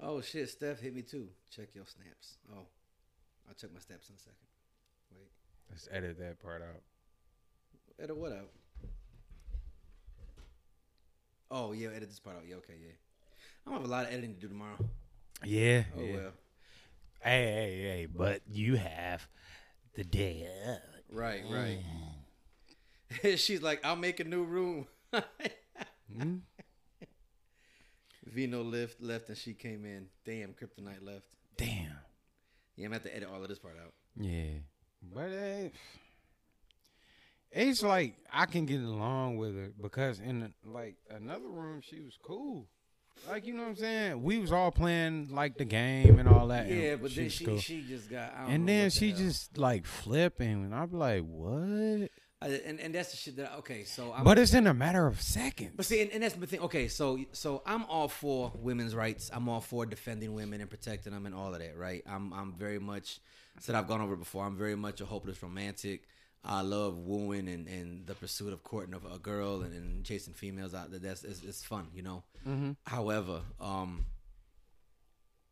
A: Oh shit, Steph hit me too. Check your snaps. Oh, I'll check my snaps in a second. Wait,
B: let's edit that part out.
A: edit what out? Oh yeah, edit this part out. Yeah, okay, yeah. I'm gonna have a lot of editing to do tomorrow.
B: Yeah.
A: Oh
B: yeah.
A: well,
B: Hey, hey, hey, but you have the day up.
A: right, right. She's like, I'll make a new room.
B: Hmm?
A: Vino left, left, and she came in. Damn, Kryptonite left.
B: Damn.
A: Yeah, I'm gonna have to edit all of this part out.
B: Yeah. But eh, it's like I can get along with it because in like another room she was cool. Like you know what I'm saying? We was all playing like the game and all that. and
A: Yeah, but then
B: was
A: she
B: cool.
A: she just got. I don't
B: and
A: know
B: then
A: what the
B: she
A: hell.
B: just like flipping, and I'm like, "What?"
A: I, and and that's the shit that okay. So I'm,
B: But it's in a matter of seconds.
A: But see, and, and that's the thing. Okay, so so I'm all for women's rights. I'm all for defending women and protecting them and all of that, right? I'm I'm very much said I've gone over it before. I'm very much a hopeless romantic. I love wooing and, and the pursuit of courting of a girl and, and chasing females out. That's it's, it's fun, you know. However, um,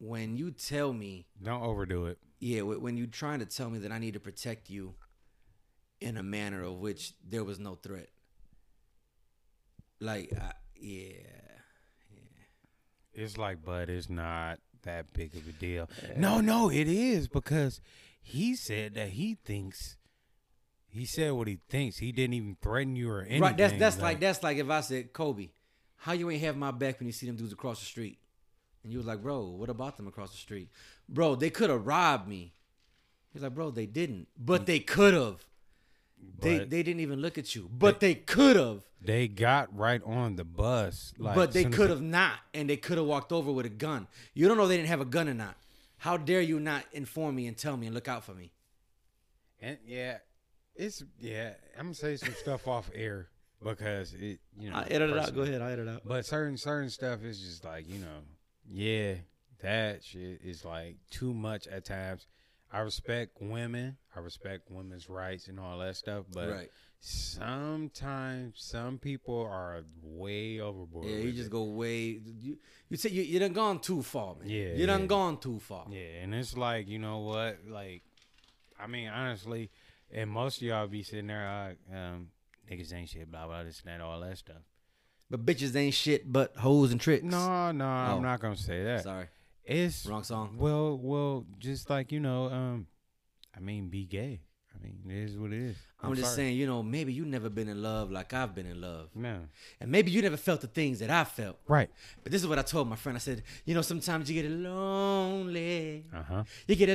A: when you tell me
B: Don't overdo it.
A: yeah, wh- when you're trying to tell me that I need to protect you in a manner of which there was no threat. Like, I, yeah.
B: It's like, but it's not that big of a deal. No, no, it is because he said that he thinks he said what he thinks. He didn't even threaten you or anything.
A: right. That's that's like, that's like if I said Kobe, how you ain't have my back when you see them dudes across the street, and you was like, bro, what about them across the street, bro? They could have robbed me. He's like, bro, they didn't, but they could have. They
B: But-
A: they didn't even look at you, but they could have.
B: They got right on the bus. Like,
A: but they
B: soon as
A: could have not, and they could have walked over with a gun. You don't know they didn't have a gun or not. How dare you not inform me and tell me and look out for me?
B: And yeah, it's yeah. I'm gonna say some stuff off air because it you know. personal.
A: ahead. I edit it out.
B: But certain certain stuff is just like you know, yeah, that shit is like too much at times. I respect women. I respect women's rights and all that stuff, but
A: right.
B: sometimes some people are way overboard.
A: Yeah, you
B: with
A: just
B: it.
A: go way. You you say you, you done gone too far, man.
B: Yeah,
A: you done
B: yeah.
A: gone too far.
B: Yeah, and it's like you know what, like, I mean, honestly, and most of y'all be sitting there, uh, um, niggas ain't shit, blah blah, this and that, all that stuff.
A: But bitches ain't shit, but hoes and tricks.
B: No, no,
A: Oh.
B: I'm not gonna say that.
A: sorry,
B: It's
A: wrong song.
B: Well, well, just like you know, um, I mean, be gay. I mean, it is what it is.
A: I'm, just saying, you know, maybe you never been in love like I've been in love,
B: No,
A: and maybe you never felt the things that I felt.
B: right?
A: But this is what I told my friend. I said, you know, sometimes you get lonely.
B: Uh huh.
A: You get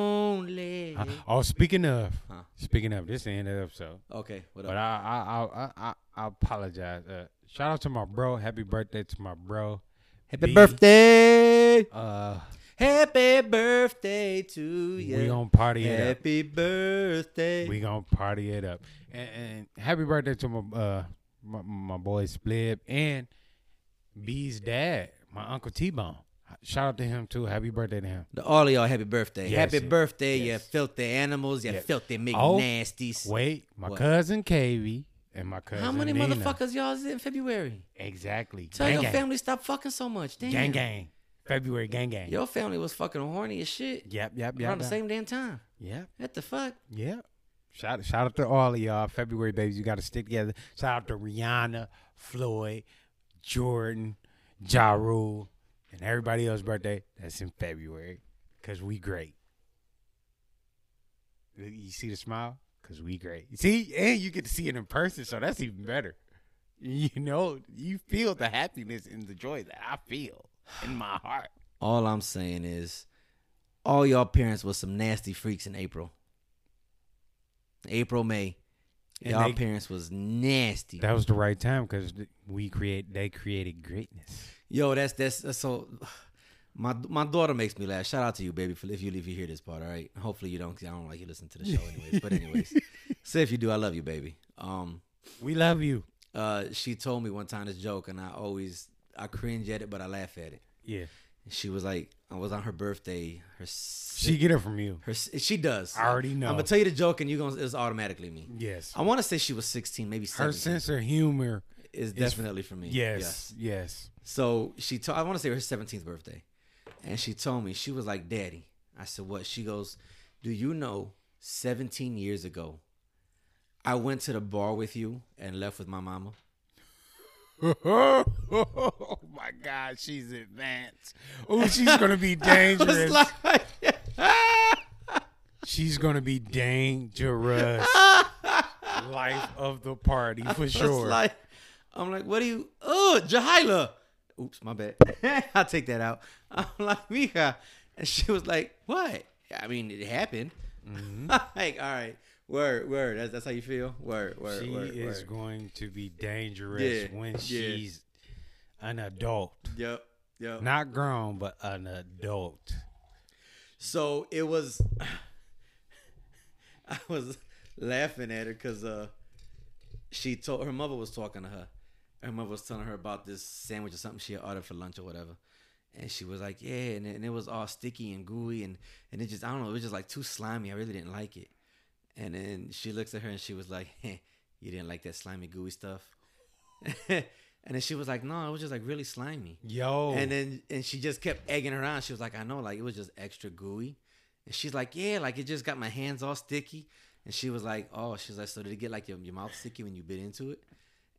A: lonely.
B: Oh, speaking of,
A: Huh.
B: speaking of, this is the end of the episode.
A: Okay, what up?
B: But I, I, I, I, I, I apologize. Uh, shout out to my bro. Happy birthday to my bro.
A: Happy
B: B.
A: birthday!
B: Uh,
A: Happy birthday to you.
B: we gonna party it up.
A: Happy birthday.
B: We gonna party it up. And, and happy birthday to my uh my, my boy Splib and B's dad, my uncle T Bone. Shout out to him too. Happy birthday to him.
A: To all of y'all, happy birthday.
B: Yes,
A: happy
B: yes,
A: birthday, you
B: yes.
A: filthy animals, you
B: Yeah.
A: filthy big
B: Oh,
A: nasties.
B: Wait, my
A: What?
B: cousin Kavy and my cousin.
A: How many
B: Nina.
A: motherfuckers y'all is in February?
B: Exactly.
A: Tell
B: gang
A: your
B: gang.
A: family stop fucking so much. Damn.
B: Gang gang. February gang gang.
A: Your family was fucking horny as shit
B: Yep, yep, yep.
A: around the
B: yep.
A: same damn time.
B: Yep,
A: What the fuck?
B: yep. Shout shout out to all of y'all. February babies, you got to stick together. Shout out to Rihanna, Floyd, Jordan, Ja Rule, and everybody else's birthday that's in February. Cause we great. You see the smile? Cause we great. See, and you get to see it in person, so that's even better. You know, you feel the happiness and the joy that I feel in my heart.
A: All I'm saying is, all y'all parents was some nasty freaks in April. April, May.
B: And
A: y'all
B: they-
A: parents was nasty.
B: That was the right time because we create. They created greatness.
A: Yo, that's that's that's so. My my daughter makes me laugh. Shout out to you, baby, for if you leave you hear this part. All right. Hopefully you don't. 'cause I don't like you listen to the show, anyways. But anyways, say if you do, I love you, baby. Um,
B: We love you.
A: uh, she told me one time this joke, and I always I cringe at it, but I laugh at it.
B: Yeah,
A: She was like, I was on her birthday. Her
B: she get it from you.
A: Her, she does.
B: I already know.
A: I'm gonna tell you the joke, and you gonna it's automatically me.
B: Yes,
A: I want to say she was 16, maybe
B: her
A: 17.
B: sense of humor.
A: is definitely for me.
B: Yes, yes.
A: So she told I want to say her 17th birthday, and she told me she was like, "Daddy," I said, "What?" She goes, "Do you know 17 years ago, I went to the bar with you and left with my mama."
B: oh my God, she's advanced. Oh, she's gonna be dangerous. she's gonna be dangerous. Life of the party for sure.
A: It's like, I'm like, what do you? Oh, Jahila. Oops, my bad. I'll take that out. I'm like, Mika. And she was like, what? I mean, it happened.
B: Mm-hmm.
A: like, all right. Word, word. That's, that's how you feel? Word, word,
B: she
A: word.
B: is
A: word.
B: going to be dangerous
A: Yeah,
B: when
A: yeah.
B: she's an adult.
A: Yep, yep.
B: Not grown, but an adult.
A: So it was, I was laughing at her because uh, she told her mother was talking to her. Her mother was telling her about this sandwich or something she had ordered for lunch or whatever. And she was like, "Yeah," and, it- and it was all sticky and gooey, and and it just I don't know, it was just like too slimy. I really didn't like it. And then she looks at her and she was like, "Heh, "You didn't like that slimy gooey stuff." and then she was like, "No, it was just like really slimy."
B: Yo.
A: And then and she just kept egging her on. She was like, I know, like it was just extra gooey. And she's like, Yeah, like it just got my hands all sticky. And she was like, Oh, she's like, So did it get like your, your mouth sticky when you bit into it?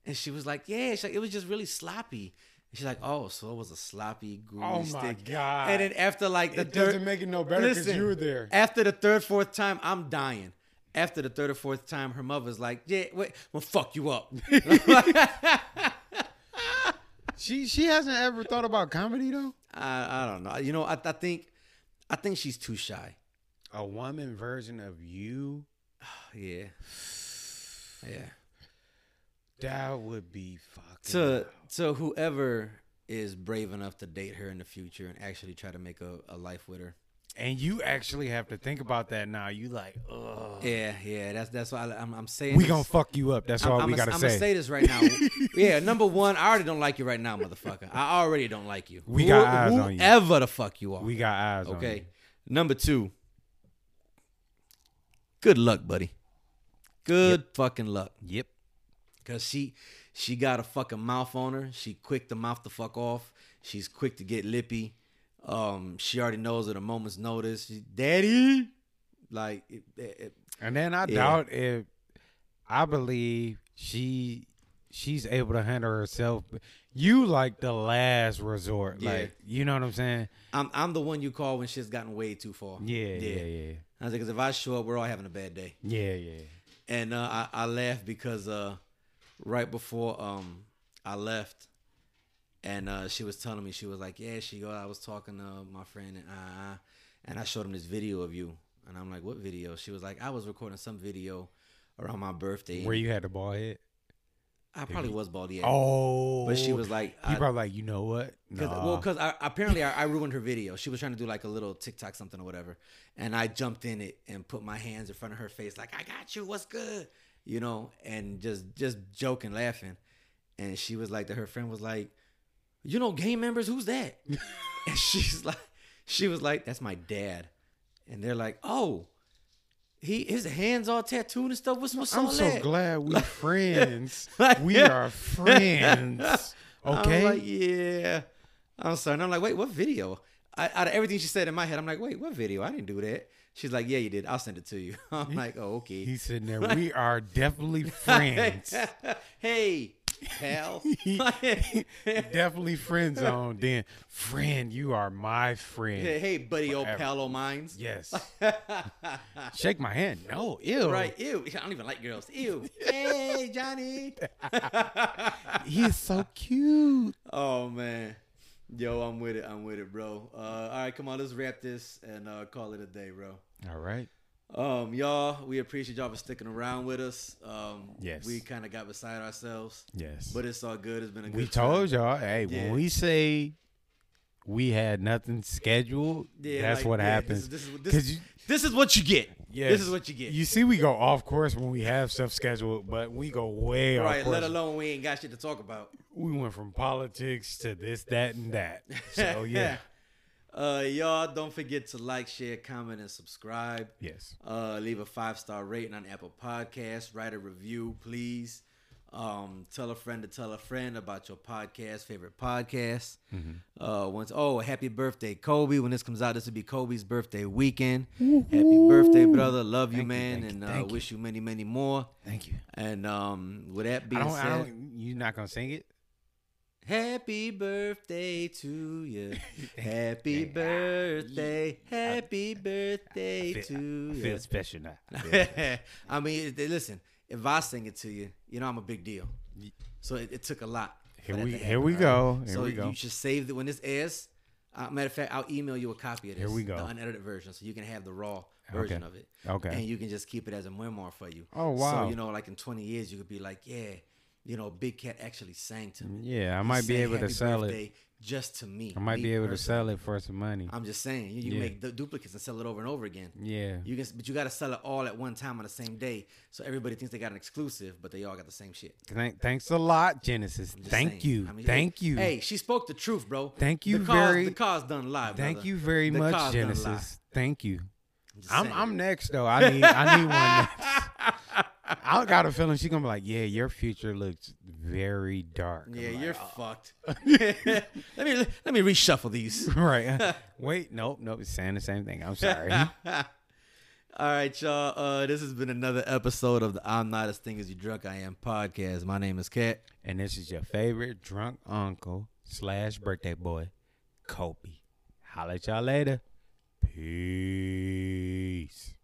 A: And she was like, Yeah, she's like, it was just really sloppy. And she's like, Oh, so it was a sloppy, gooey
B: oh my
A: stick.
B: god.
A: And then after like the
B: it
A: third
B: doesn't make it no better because
A: Listen,
B: you were there.
A: After the third, fourth time, I'm dying. After the third or fourth time, her mother's like, Yeah, wait, well, fuck you up.
B: She she hasn't ever thought about comedy though.
A: I, I don't know. You know, I, I think I think she's too shy.
B: A woman version of you.
A: Yeah. Yeah.
B: That would be fucking.
A: To to whoever is brave enough to date her in the future and actually try to make a, a life with her.
B: and you actually have to think about that now. You like, ugh.
A: Yeah, yeah. That's that's why I, am I'm saying
B: We
A: this.
B: gonna fuck you up. That's
A: I'm,
B: all
A: I'm
B: we
A: gonna-
B: gotta
A: I'm
B: say.
A: gonna say this right now. yeah, number one, I already don't like you right now, motherfucker. I already don't like you.
B: We got eyes on you.
A: Whoever the fuck you are.
B: we got eyes on you.
A: okay. Number two. Good luck, buddy. Good fucking luck.
B: Yep.
A: Cause she she got a fucking mouth on her. She quick to mouth the fuck off. She's quick to get lippy. Um, she already knows at a moment's notice. She, Daddy, like it, it- it-
B: And then I
A: Yeah.
B: doubt if I believe she she's able to handle herself. You like the last resort.
A: Yeah.
B: Like you know what I'm saying?
A: I'm I'm the one you call when shit's gotten way too far.
B: Yeah, yeah, yeah.
A: I was like, cause if I show up, we're all having a bad day.
B: Yeah, yeah.
A: And uh, I I laughed because uh, right before um I left, and uh, she was telling me she was like, yeah, she go. I was talking to my friend and uh, uh, and I showed him this video of you, and I'm like, what video? She was like, I was recording some video around my birthday.
B: Where you had the ball head.
A: I probably was baldy. Oh,
B: Oh
A: but she was like,
B: You
A: I,
B: probably like, you know what?
A: Cause,
B: Nah.
A: Well, because I, apparently I, I ruined her video. She was trying to do like a little TikTok something or whatever, and I jumped in it and put my hands in front of her face like, "I got you. What's good?" You know, and just just joking, laughing, and she was like, that her friend was like, "You know, gang members? Who's that?" and she's like, she was like, "That's my dad," and they're like, "Oh." He his hands all tattooed and stuff. What's what's
B: I'm
A: all
B: so
A: that?
B: glad we friends.
A: Like-
B: we are friends. Okay.
A: I'm like, yeah. I'm sorry. And I'm like, wait, what video? I, out of everything she said in my head, I'm like, wait, what video? I didn't do that. She's like, yeah, you did. I'll send it to you. I'm like, oh, okay.
B: He's sitting there. We are definitely friends.
A: hey, pal.
B: definitely friend zone. Then friend, you are my friend.
A: hey, buddy, old
B: Forever.
A: pal of mine.
B: Yes. Shake my hand. No, ew.
A: Right. Ew. I don't even like girls. Ew. hey, Johnny.
B: He is so cute.
A: Oh man. Yo, I'm with it. I'm with it, bro. Uh, all right, come on, let's wrap this and uh, call it a day, bro.
B: All right.
A: Um, y'all, we appreciate y'all for sticking around with us. Um,
B: Yes.
A: we kind of got beside ourselves,
B: Yes.
A: but it's all good. It's been a good.
B: we told y'all, hey,
A: Yeah.
B: when we say we had nothing scheduled, that's what happens.
A: This is, this,
B: 'Cause
A: is,
B: you-
A: this is what you get.
B: Yes.
A: This is what you get.
B: You see, we go off course when we have stuff scheduled, but we go way off
A: right?
B: course.
A: Let alone we ain't got shit to talk about.
B: we went from politics to this, that, and that. So yeah,
A: Uh, y'all, don't forget to like, share, comment, and subscribe.
B: yes,
A: Uh, leave a five star rating on Apple Podcasts. Write a review, please. Um, tell a friend to tell a friend about your podcast, favorite podcast.
B: Mm-hmm.
A: Uh, once oh, happy birthday, Kobe! When this comes out, this will be Kobe's birthday weekend. Happy birthday, brother! Love you, man,
B: thank you,
A: and uh,
B: thank you.
A: wish you many, many more.
B: thank you.
A: And um, with that
B: I
A: being
B: don't,
A: said,
B: I don't. You're not gonna sing it.
A: happy birthday to you. happy
B: Thank you.
A: birthday, happy
B: I
A: birthday
B: feel,
A: to
B: I
A: you.
B: feel special now. I feel-
A: I mean, it- listen, if I sing it to you, you know I'm a big deal. So it, it took a lot. for
B: Here
A: that
B: we-
A: to
B: here we
A: happen, all
B: go, here
A: so
B: we go.
A: you should save that when this airs. Uh, matter of fact, I'll email you a copy of this.
B: Here we go.
A: The unedited version, so you can have the raw version
B: Okay.
A: of it.
B: Okay.
A: And you can just keep it as a memoir for you.
B: Oh,
A: So
B: wow.
A: you know, like in 20 years, you could be like, yeah, you know, Big Cat actually sang to me.
B: Yeah, I
A: He
B: might be
A: sang
B: able to
A: Happy
B: sell it.
A: Birthday Just to me.
B: I might
A: me
B: be able to
A: personally.
B: sell it for some money.
A: I'm just saying, you, you
B: Yeah.
A: make the duplicates and sell it over and over again.
B: yeah.
A: You can, but you got to sell it all at one time on the same day, so everybody thinks they got an exclusive, but they all got the same shit.
B: Thank, thanks a lot, Genesis.
A: Just saying.
B: Thank you.
A: I mean,
B: Thank
A: hey,
B: you.
A: Hey, she spoke the truth, bro.
B: Thank you
A: The cause,
B: very-
A: the cause done live.
B: Thank
A: brother.
B: you very
A: The
B: much,
A: cause done lied.
B: Genesis. Thank you.
A: just
B: I'm
A: saying.
B: I'm next though. I need I need one next. I got a feeling she's gonna be like, yeah, your future looks very dark. I'm
A: Yeah,
B: like, uh,
A: you're fucked. let me let me reshuffle these.
B: right. Wait, nope, nope. It's saying the same thing. I'm sorry.
A: All right, y'all. Uh, this has been another episode of the "I'm Not as Thing as You Drunk I Am" podcast. My name is Kat.
B: and this is your favorite drunk uncle slash birthday boy, Kobe. Holla at y'all later. Peace.